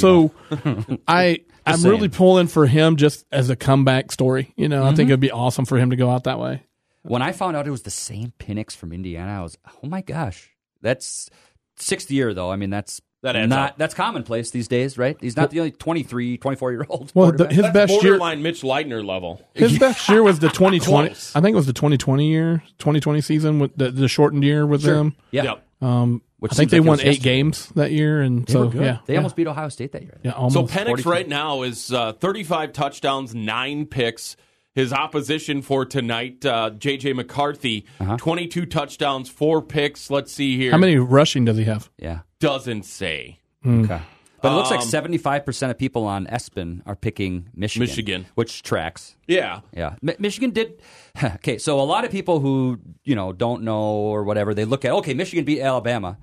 Speaker 11: so
Speaker 6: don't-
Speaker 11: <laughs>
Speaker 6: <laughs>
Speaker 11: I
Speaker 6: The
Speaker 11: I'm
Speaker 6: same.
Speaker 11: really pulling for him just as a comeback story. You know, I
Speaker 6: Mm-hmm.
Speaker 11: think it'd be awesome for him to go out that way.
Speaker 6: When I found out it was the same Pinnix from Indiana, I was, oh my gosh, that's sixth year though. I mean, that's
Speaker 5: That adds
Speaker 6: not
Speaker 5: up.
Speaker 6: that's commonplace these days, right? He's not the only 23, 24 year old.
Speaker 11: Well, the- his
Speaker 5: That's
Speaker 11: best year-
Speaker 5: borderline Mitch Leitner level.
Speaker 11: His best year was the 2020.
Speaker 5: Close.
Speaker 11: I think it was the 2020 year, 2020 season with the, the shortened year with them.
Speaker 6: Yeah.
Speaker 11: Um,
Speaker 6: Which
Speaker 11: I think
Speaker 6: seems
Speaker 11: they
Speaker 6: like it
Speaker 11: won
Speaker 6: was
Speaker 11: eight
Speaker 6: yesterday.
Speaker 11: games that year, and
Speaker 6: They
Speaker 11: so
Speaker 6: were good.
Speaker 11: yeah,
Speaker 6: they
Speaker 11: yeah.
Speaker 6: almost beat Ohio State that year.
Speaker 11: Yeah, almost.
Speaker 5: So Penix right now is uh, 35 touchdowns, nine picks. His opposition for tonight, uh, J.J. McCarthy,
Speaker 6: Uh-huh.
Speaker 5: 22 touchdowns, four picks. Let's see here.
Speaker 11: How many rushing does he have?
Speaker 6: Yeah,
Speaker 5: doesn't say.
Speaker 11: Hmm.
Speaker 6: Okay. But it looks like
Speaker 5: Um,
Speaker 6: seventy-five percent of people on ESPN are picking Michigan,
Speaker 5: Michigan.
Speaker 6: which tracks.
Speaker 5: Yeah.
Speaker 6: Yeah, Mi- Michigan did. <sighs> okay, so a lot of people who you know don't know or whatever, they look at okay, Michigan beat Alabama.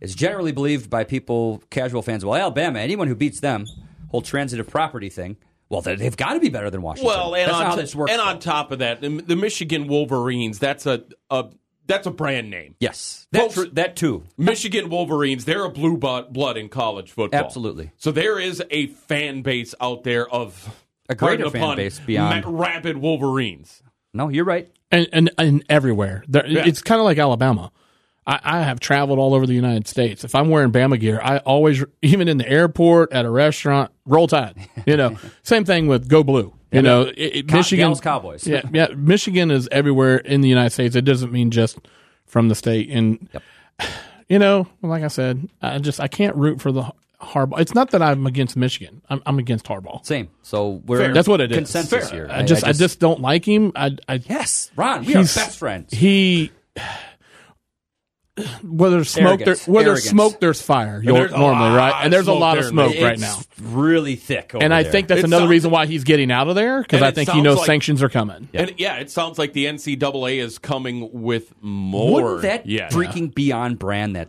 Speaker 6: It's generally believed by people, casual fans. Well, Alabama, anyone who beats them, whole transitive property thing. Well, they- they've got to be better than Washington.
Speaker 5: Well, and
Speaker 6: that's
Speaker 5: on
Speaker 6: not how
Speaker 5: to-
Speaker 6: this works.
Speaker 5: and on top of that, the, the Michigan Wolverines. That's a, a that's a brand name.
Speaker 6: Yes, that, tr- that too.
Speaker 5: Michigan Wolverines. They're a blue bu- blood in college football.
Speaker 6: Absolutely.
Speaker 5: So there is a fan base out there of
Speaker 6: A
Speaker 5: pardon
Speaker 6: greater
Speaker 5: the
Speaker 6: fan
Speaker 5: pun,
Speaker 6: base beyond-
Speaker 5: ma- rabid Wolverines.
Speaker 6: No, you're right.
Speaker 11: and and, and everywhere. There,
Speaker 5: Yeah.
Speaker 11: It's kind of like Alabama. I, I have traveled all over the United States. If I'm wearing Bama gear, I always, even in the airport, at a restaurant, roll tide. You
Speaker 6: <laughs>
Speaker 11: know, same thing with go blue. You
Speaker 6: Yeah.
Speaker 11: know, it, it-
Speaker 6: Co-
Speaker 11: Michigan
Speaker 6: Dallas Cowboys.
Speaker 11: Yeah, yeah. Michigan is everywhere in the United States. It doesn't mean just from the state. And you know, like I said, I just I can't root for the Har- Harbaugh. It's not that I'm against Michigan. I'm, I'm against Harbaugh.
Speaker 6: Same. So we're
Speaker 11: That's what it is.
Speaker 6: consensus here.
Speaker 11: I just, I just don't like him. I, I
Speaker 6: yes, Ron, we are
Speaker 11: he's-
Speaker 6: best friends.
Speaker 11: He whether smoke there,
Speaker 6: Arrogance.
Speaker 11: where there's
Speaker 6: Arrogance.
Speaker 11: smoke there's fire
Speaker 6: And
Speaker 11: you're-
Speaker 6: there's a
Speaker 11: normally
Speaker 6: lot
Speaker 11: right and there's a
Speaker 6: of
Speaker 11: lot of
Speaker 6: smoke there,
Speaker 11: smoke right
Speaker 6: man.
Speaker 11: now
Speaker 6: It's really thick. over
Speaker 11: and I
Speaker 6: there.
Speaker 11: think that's
Speaker 5: It
Speaker 11: another
Speaker 5: sounds-
Speaker 11: reason why he's getting out of there because
Speaker 5: And
Speaker 11: I
Speaker 5: it
Speaker 11: think he
Speaker 5: sounds
Speaker 11: knows
Speaker 5: like-
Speaker 11: sanctions are coming
Speaker 5: And yeah, it sounds like the NCAA is coming with more.
Speaker 6: wouldn't that
Speaker 5: yeah.
Speaker 6: freaking be on brand? That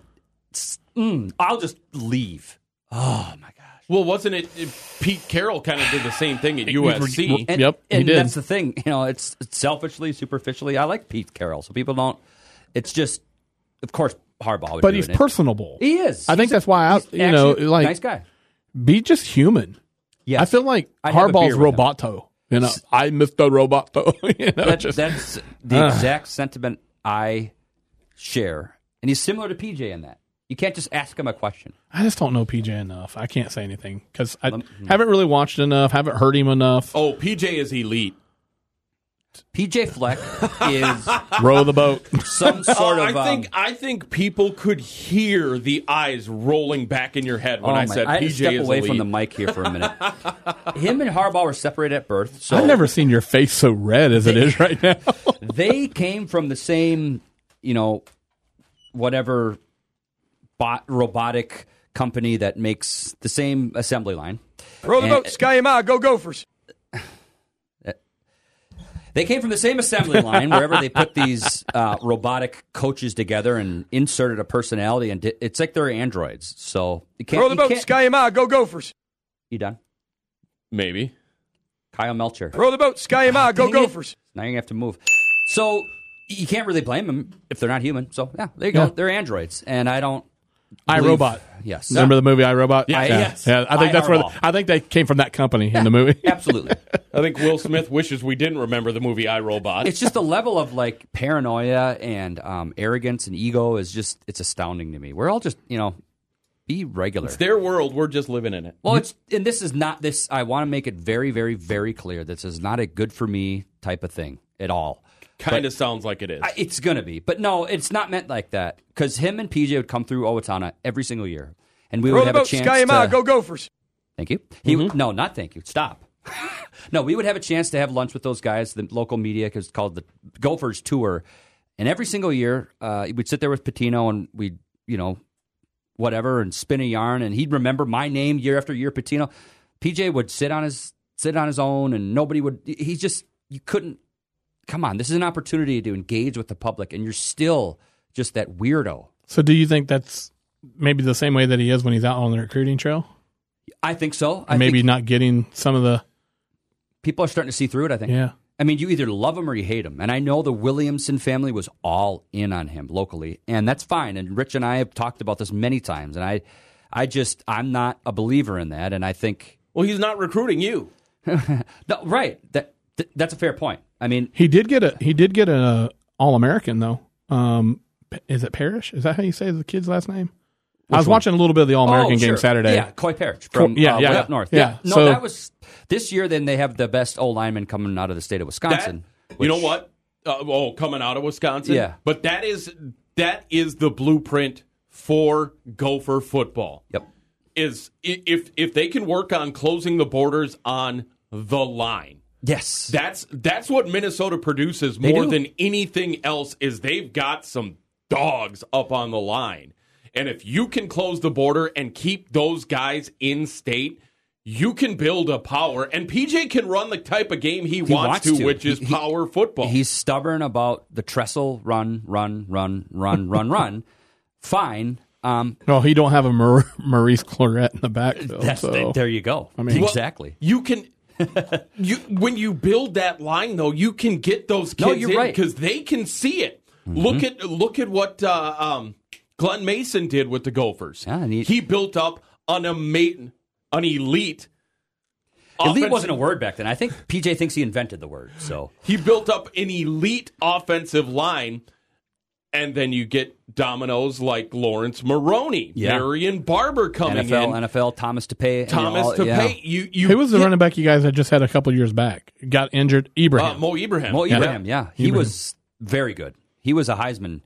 Speaker 6: mm, I'll just leave. Oh my god!
Speaker 5: Well, wasn't it? it- Pete Carroll kind of did the same thing at USC.
Speaker 6: And, and that's the thing. You know, it's, it's selfishly, superficially. I like Pete Carroll, so people don't. It's just, of course, Harbaugh. Would
Speaker 11: but
Speaker 6: do
Speaker 11: he's
Speaker 6: it.
Speaker 11: personable
Speaker 6: He is.
Speaker 11: I think that's why I
Speaker 6: He's
Speaker 11: you know
Speaker 6: actually a
Speaker 11: like
Speaker 6: nice guy.
Speaker 11: be just human
Speaker 6: Yes.
Speaker 11: I feel like
Speaker 6: I'd have a
Speaker 11: Harbaugh's
Speaker 6: beer with him.
Speaker 11: roboto you know I missed the roboto <laughs> you know
Speaker 6: That-
Speaker 11: just
Speaker 6: that's the
Speaker 11: Ugh.
Speaker 6: exact sentiment I share, and he's similar to PJ in that. You can't just ask him a question.
Speaker 11: I just don't know PJ enough I can't say anything because I
Speaker 6: Um, hmm.
Speaker 11: haven't really watched enough haven't heard him enough
Speaker 5: Oh, PJ is elite.
Speaker 6: PJ Fleck is
Speaker 11: row the
Speaker 6: <laughs>
Speaker 11: boat
Speaker 6: some sort
Speaker 5: <laughs> Oh,
Speaker 6: of.
Speaker 5: I
Speaker 6: um,
Speaker 5: think I think people could hear the eyes rolling back in your head when
Speaker 6: oh
Speaker 5: I
Speaker 6: my-
Speaker 5: said
Speaker 6: I had to
Speaker 5: PJ
Speaker 6: step
Speaker 5: is
Speaker 6: away
Speaker 5: elite.
Speaker 6: from the mic here for a
Speaker 5: <laughs>
Speaker 6: minute. Him and Harbaugh were separated at birth, so
Speaker 11: I've never seen your face so red as it is right now.
Speaker 6: they came from the same, you know, whatever bot robotic company that makes the same assembly line.
Speaker 15: Row the
Speaker 6: And-
Speaker 15: boat, sky him out, go Gophers.
Speaker 6: They came from the same assembly line wherever they put these uh, robotic coaches together and inserted a personality, and di- it's like they're androids. So you can't.
Speaker 15: Row the
Speaker 6: you
Speaker 15: boat,
Speaker 6: can't-
Speaker 15: sky him out, go Gophers.
Speaker 6: You done?
Speaker 5: Maybe.
Speaker 6: Kyle Melcher. Ah,
Speaker 15: Row the boat, sky him out, go
Speaker 6: Dang it.
Speaker 15: Gophers.
Speaker 6: Now you're gonna have to move. So you can't really blame them if they're not human. So yeah, there you go.
Speaker 11: Yeah.
Speaker 6: They're androids, and I don't.
Speaker 11: <laughs> I
Speaker 6: believe-
Speaker 11: Robot.
Speaker 6: Yes.
Speaker 11: Remember the movie I Robot?
Speaker 6: Yeah,
Speaker 11: yeah.
Speaker 6: yes.
Speaker 11: Yeah, I think
Speaker 6: I,
Speaker 11: that's where
Speaker 6: Robot.
Speaker 11: I think they came from that company in the movie.
Speaker 6: Absolutely.
Speaker 5: I think Will Smith <laughs> wishes we didn't remember the movie I Robot.
Speaker 6: it's just the level of like paranoia and um, arrogance and ego is just it's astounding to me. We're all just you know be regular.
Speaker 5: It's their world. We're just living in it.
Speaker 6: Well, it's and this is not this. I want to make it very, very, very clear. This is not a good for me type of thing at all.
Speaker 5: Kind of sounds like it is.
Speaker 6: I- It's gonna be, but no, it's not meant like that. Because him and PJ would come through Owatonna every single year, and we
Speaker 15: Row
Speaker 6: would
Speaker 15: the
Speaker 6: have a
Speaker 15: boat,
Speaker 6: chance.
Speaker 15: sky him
Speaker 6: to,
Speaker 15: out, go Gophers.
Speaker 6: Thank you. He
Speaker 11: Mm-hmm.
Speaker 6: would no, not thank you. Stop. <laughs> no, we would have a chance to have lunch with those guys. The local media is called the Gophers Tour, and every single year uh, we'd sit there with Patino and we'd you know whatever and spin a yarn, and he'd remember my name year after year. Patino, PJ would sit on his sit on his own, and nobody would. He just you couldn't. Come on, this is an opportunity to engage with the public, and you're still just that weirdo.
Speaker 11: So do you think that's maybe the same way that he is when he's out on the recruiting trail?
Speaker 6: I think so. I
Speaker 11: Or maybe
Speaker 6: think
Speaker 11: not getting some of the
Speaker 6: people are starting to see through it. I think.
Speaker 11: Yeah.
Speaker 6: I mean, you either love him or you hate him. And I know the Williamson family was all in on him locally, and that's fine. And Rich and I have talked about this many times, and I, I just I'm not a believer in that. And I think
Speaker 5: well, he's not recruiting you.
Speaker 6: no, right that th- that's a fair point. I mean,
Speaker 11: He did get a he did get a All American though. Um P- is it Parrish? Is that how you say the kid's last name? I was
Speaker 6: one?
Speaker 11: watching a little bit of the All American
Speaker 6: oh,
Speaker 11: game
Speaker 6: sure.
Speaker 11: Saturday.
Speaker 6: Yeah, Coy Parrish from
Speaker 11: Coy- yeah,
Speaker 6: uh,
Speaker 11: yeah.
Speaker 6: way up north.
Speaker 11: Yeah.
Speaker 6: no,
Speaker 11: So-
Speaker 6: that was this year. Then they have the best O lineman coming out of the state of Wisconsin.
Speaker 5: you know what? Uh, oh, coming out of Wisconsin.
Speaker 6: Yeah.
Speaker 5: But that is that is the blueprint for Gopher football.
Speaker 6: Yep.
Speaker 5: Is i- if if they can work on closing the borders on the line.
Speaker 6: Yes.
Speaker 5: That's that's what Minnesota produces
Speaker 6: They
Speaker 5: more
Speaker 6: do.
Speaker 5: than anything else is they've got some dogs up on the line. And if you can close the border and keep those guys in state, you can build a power. And PJ can run the type of game he, wants, to, which is
Speaker 6: He- he-
Speaker 5: power football.
Speaker 6: He's stubborn about the trestle run, run, run, run, run,
Speaker 11: <laughs>
Speaker 6: run. Fine. Um,
Speaker 11: No, he don't have a Mar- <laughs> Maurice Claret in the backfield.
Speaker 6: That's-
Speaker 11: Oh, so.
Speaker 6: there you go.
Speaker 11: I mean,
Speaker 5: Well, you can. you when you build that line though, you can get those kids
Speaker 6: No, you're
Speaker 5: in
Speaker 6: right. Mm-hmm.
Speaker 5: because they can see it. Look at look at what uh, um, Glenn Mason did with the Gophers. he, built up an amazing, an elite.
Speaker 6: elite
Speaker 5: offensive-
Speaker 6: wasn't a word back then. I think PJ thinks he invented the word. So
Speaker 5: He built up an elite offensive line, and then you get dominoes like Lawrence Maroney,
Speaker 6: Yeah.
Speaker 5: Marion Barber coming
Speaker 6: NFL,
Speaker 5: in,
Speaker 6: NFL, Thomas DePay,
Speaker 5: Thomas
Speaker 6: you know, all-
Speaker 5: DePay. You you
Speaker 11: Who was the running back you guys had just had a couple years back? Got injured. Ibrahim.
Speaker 5: Uh, Mo Ibrahim.
Speaker 6: Mo
Speaker 11: Yeah.
Speaker 6: Ibrahim, yeah. He
Speaker 11: Ibrahim.
Speaker 6: was very good. He was a Heisman.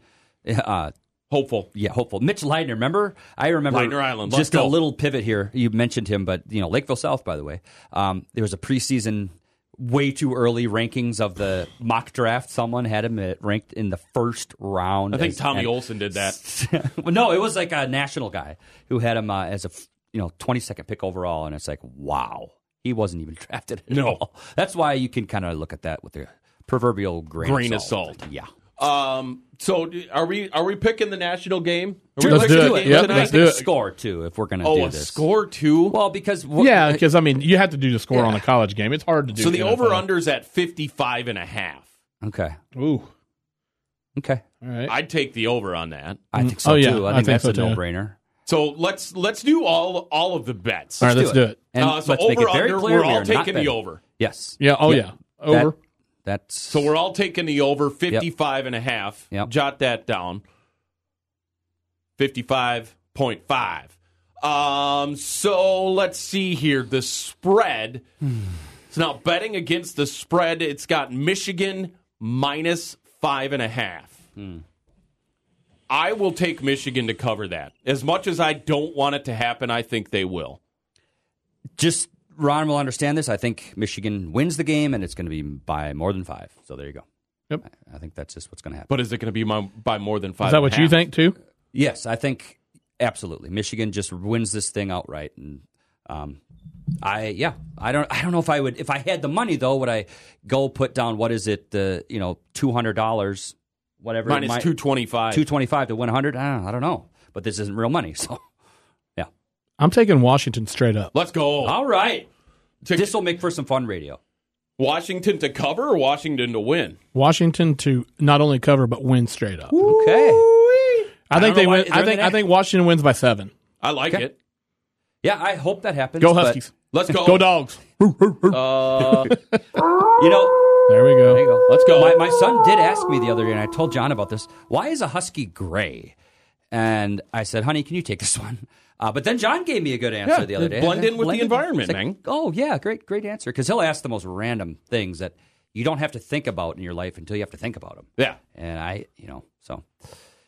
Speaker 6: Uh,
Speaker 5: hopeful.
Speaker 6: Yeah, hopeful. Mitch Leitner, remember? I remember
Speaker 5: Leitner Island, let's
Speaker 6: just a
Speaker 5: go.
Speaker 6: little pivot here. You mentioned him, but you know, Lakeville South, by the way. Um, there was a preseason way too early rankings of the mock draft. Someone had him at, ranked in the first round.
Speaker 5: I think
Speaker 6: as-
Speaker 5: Tommy
Speaker 6: and-
Speaker 5: Olson did that.
Speaker 6: well, no, it was like a national guy who had him uh, as a f- you know twenty second pick overall, and it's like wow, he wasn't even <laughs> drafted at
Speaker 5: No.
Speaker 6: all. That's why you can kind of look at that with the proverbial grain,
Speaker 5: Grain
Speaker 6: of,
Speaker 5: of
Speaker 6: salt. Yeah.
Speaker 5: Um. So d- are we are we picking the national game? Are we
Speaker 6: Let's
Speaker 5: picking
Speaker 6: do
Speaker 5: the
Speaker 6: it.
Speaker 5: game
Speaker 6: Yep,
Speaker 5: tonight?
Speaker 6: let's do it. Score too, if we're gonna
Speaker 5: Oh,
Speaker 6: do
Speaker 5: a
Speaker 6: this.
Speaker 5: score too.
Speaker 6: Well, because
Speaker 11: yeah, because I mean, you have to do the score on a college game. It's hard to do.
Speaker 5: So the
Speaker 11: in NFL.
Speaker 5: over under is at 55 and a half.
Speaker 6: Okay.
Speaker 11: Ooh.
Speaker 6: Okay.
Speaker 11: All right.
Speaker 5: I'd take the over on that.
Speaker 6: I think so
Speaker 11: Oh, yeah,
Speaker 6: too. I,
Speaker 11: I
Speaker 6: think,
Speaker 11: think
Speaker 6: that's
Speaker 11: so,
Speaker 6: a
Speaker 11: too.
Speaker 6: no brainer.
Speaker 5: So let's let's do all all of the bets.
Speaker 11: All right, let's do it.
Speaker 6: And
Speaker 5: Uh, so
Speaker 6: let's make it
Speaker 5: over,
Speaker 6: very
Speaker 5: under,
Speaker 6: clear
Speaker 5: we're
Speaker 6: we
Speaker 5: all
Speaker 6: are not
Speaker 5: taking the
Speaker 6: betting.
Speaker 5: over.
Speaker 6: Yes.
Speaker 11: Yeah. Oh yeah. Over.
Speaker 6: That- that's
Speaker 5: So we're all taking the over 55 and a half.
Speaker 6: Yep.
Speaker 5: Jot that down. 55.5. Um so let's see here the spread.
Speaker 11: Hmm.
Speaker 5: so now betting against the spread, it's got Michigan minus five and a half.
Speaker 11: Hmm.
Speaker 5: I will take Michigan to cover that. As much as I don't want it to happen, I think they will.
Speaker 6: just Ron will understand this. I think Michigan wins the game, and it's going to be by more than five. So there you go.
Speaker 11: Yep.
Speaker 6: I think that's just what's going to happen.
Speaker 5: But is it going to be my, by more than five?
Speaker 11: Is that
Speaker 5: and a
Speaker 11: what you
Speaker 5: half?
Speaker 11: think too?
Speaker 6: Yes, I think absolutely. Michigan just wins this thing outright, and um, I yeah, I don't I don't know if I would if I had the money though would I go put down what is it the you know two hundred dollars whatever
Speaker 5: Minus 225.
Speaker 6: two twenty five to one hundred I don't I don't know but this isn't real money <laughs> so
Speaker 11: I'm taking Washington straight up.
Speaker 5: Let's go.
Speaker 6: all right this will make for some fun radio
Speaker 5: Washington to cover or Washington to win?
Speaker 11: Washington to not only cover but win straight up.
Speaker 6: okay
Speaker 11: I, think
Speaker 6: don't
Speaker 11: they
Speaker 6: know why
Speaker 11: win.
Speaker 6: they're
Speaker 11: I
Speaker 6: in
Speaker 11: think
Speaker 6: the
Speaker 11: I think Washington wins by seven.
Speaker 5: I like
Speaker 6: Okay.
Speaker 5: it.
Speaker 6: yeah I hope that happens
Speaker 11: Go
Speaker 6: but-
Speaker 11: Huskies. <laughs>
Speaker 5: Let's go.
Speaker 11: Go dogs.
Speaker 5: Uh,
Speaker 6: you know.
Speaker 11: There we go.
Speaker 6: There you go.
Speaker 5: Let's go.
Speaker 6: My, my son did ask me the other day, and I told John about this. Why is a husky gray? And I said, "Honey, can you take this one?" Uh, but then John gave me a good answer
Speaker 5: Yeah,
Speaker 6: the other day.
Speaker 5: blend in with the
Speaker 6: Blended.
Speaker 5: environment,
Speaker 6: It's like,
Speaker 5: man.
Speaker 6: Oh yeah, great, great answer. Because he'll ask the most random things that you don't have to think about in your life until you have to think about them.
Speaker 5: yeah.
Speaker 6: And I, you know, so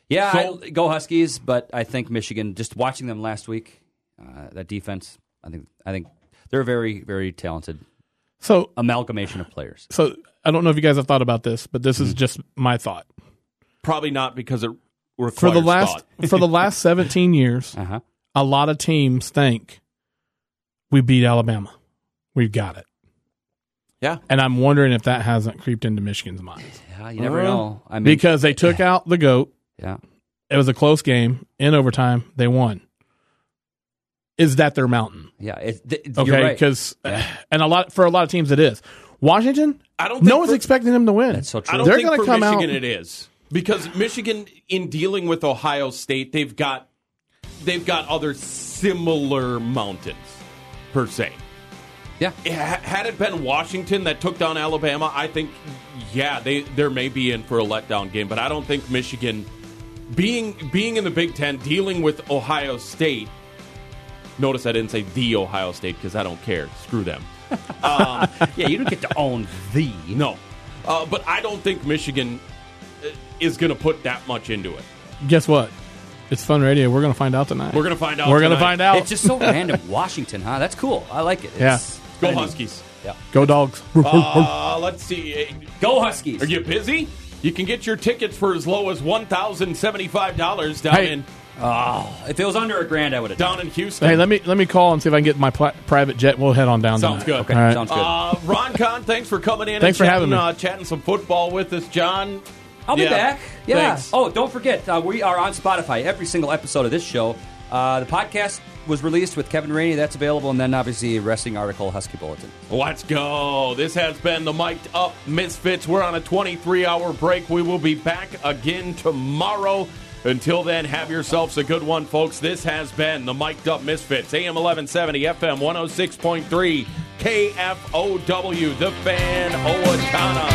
Speaker 6: yeah,
Speaker 5: So-
Speaker 6: I, go Huskies. But I think Michigan. Just watching them last week, uh, that defense. I think I think they're a very very talented
Speaker 11: So
Speaker 6: amalgamation of players.
Speaker 11: so I don't know if you guys have thought about this, but this is just my thought.
Speaker 5: Probably not because it requires
Speaker 11: For the last
Speaker 5: thought.
Speaker 11: for the last 17 years,
Speaker 6: Uh huh.
Speaker 11: a lot of teams think we beat Alabama. We've got it.
Speaker 5: Yeah.
Speaker 11: And I'm wondering if that hasn't creeped into Michigan's mind.
Speaker 6: Yeah, you never
Speaker 5: Uh,
Speaker 6: know. I mean,
Speaker 11: Because they took out the goat.
Speaker 6: yeah.
Speaker 11: It was a close game in overtime. They won. Is that their mountain?
Speaker 6: Yeah, it, th- th- you're
Speaker 11: Okay,
Speaker 6: right.
Speaker 11: because and a lot for a lot of teams it is. Washington,
Speaker 5: I don't
Speaker 11: no
Speaker 5: think
Speaker 11: one's
Speaker 5: for-
Speaker 11: expecting them to win.
Speaker 6: That's so true.
Speaker 5: I don't
Speaker 11: They're
Speaker 5: think
Speaker 11: going
Speaker 5: for
Speaker 11: to come
Speaker 5: Michigan
Speaker 11: out.
Speaker 5: it is because Michigan, in dealing with Ohio State, they've got they've got other similar mountains per se.
Speaker 6: yeah,
Speaker 5: Ha- Had it been Washington that took down Alabama, I think yeah, they there may be in for a letdown game, but I don't think Michigan being being in the Big 10 dealing with Ohio State. Notice I didn't say the Ohio State because I don't care. Screw them.
Speaker 6: yeah. You don't get to own the.
Speaker 5: No. Uh, but I don't think Michigan uh, is going to put that much into it.
Speaker 11: Guess what? It's fun radio. We're going to find out tonight.
Speaker 5: We're gonna find out
Speaker 11: We're gonna
Speaker 5: tonight.
Speaker 11: find out.
Speaker 6: It's just so random. <laughs> Washington, huh? That's cool. I like it.
Speaker 11: yeah.
Speaker 6: It's-
Speaker 5: Go Huskies.
Speaker 11: Go dogs. Oh.
Speaker 5: Uh, let's see.
Speaker 6: Go Huskies.
Speaker 5: Are you busy? You can get your tickets for as low as $1,075 down
Speaker 11: Hey.
Speaker 5: in
Speaker 6: Oh, if it was under a grand, I would have
Speaker 5: down in Houston.
Speaker 11: Hey, let me let me call and see if I can get my pli- private jet. We'll head on down.
Speaker 5: Sounds
Speaker 11: tonight.
Speaker 5: good.
Speaker 11: All right.
Speaker 5: Uh, Ron Con, thanks for coming in.
Speaker 11: Thanks for
Speaker 5: and
Speaker 11: having
Speaker 5: chatting,
Speaker 11: me.
Speaker 5: Uh, chatting some football with us, John.
Speaker 6: I'll be
Speaker 5: Yeah.
Speaker 6: back. Yeah.
Speaker 5: Thanks.
Speaker 6: Oh, don't forget, uh, we are on Spotify. Every single episode of this show, uh, the podcast was released with Kevin Rainey. That's available, and then obviously a wrestling article, Husky Bulletin.
Speaker 5: Let's go. This has been the Mic'd Up Misfits. We're on a 23 hour break. We will be back again tomorrow. Until then, have yourselves a good one, folks. This has been the Mic'd Up Misfits, AM 1170, FM 106.3, KFOW, The Fan, Owatonna.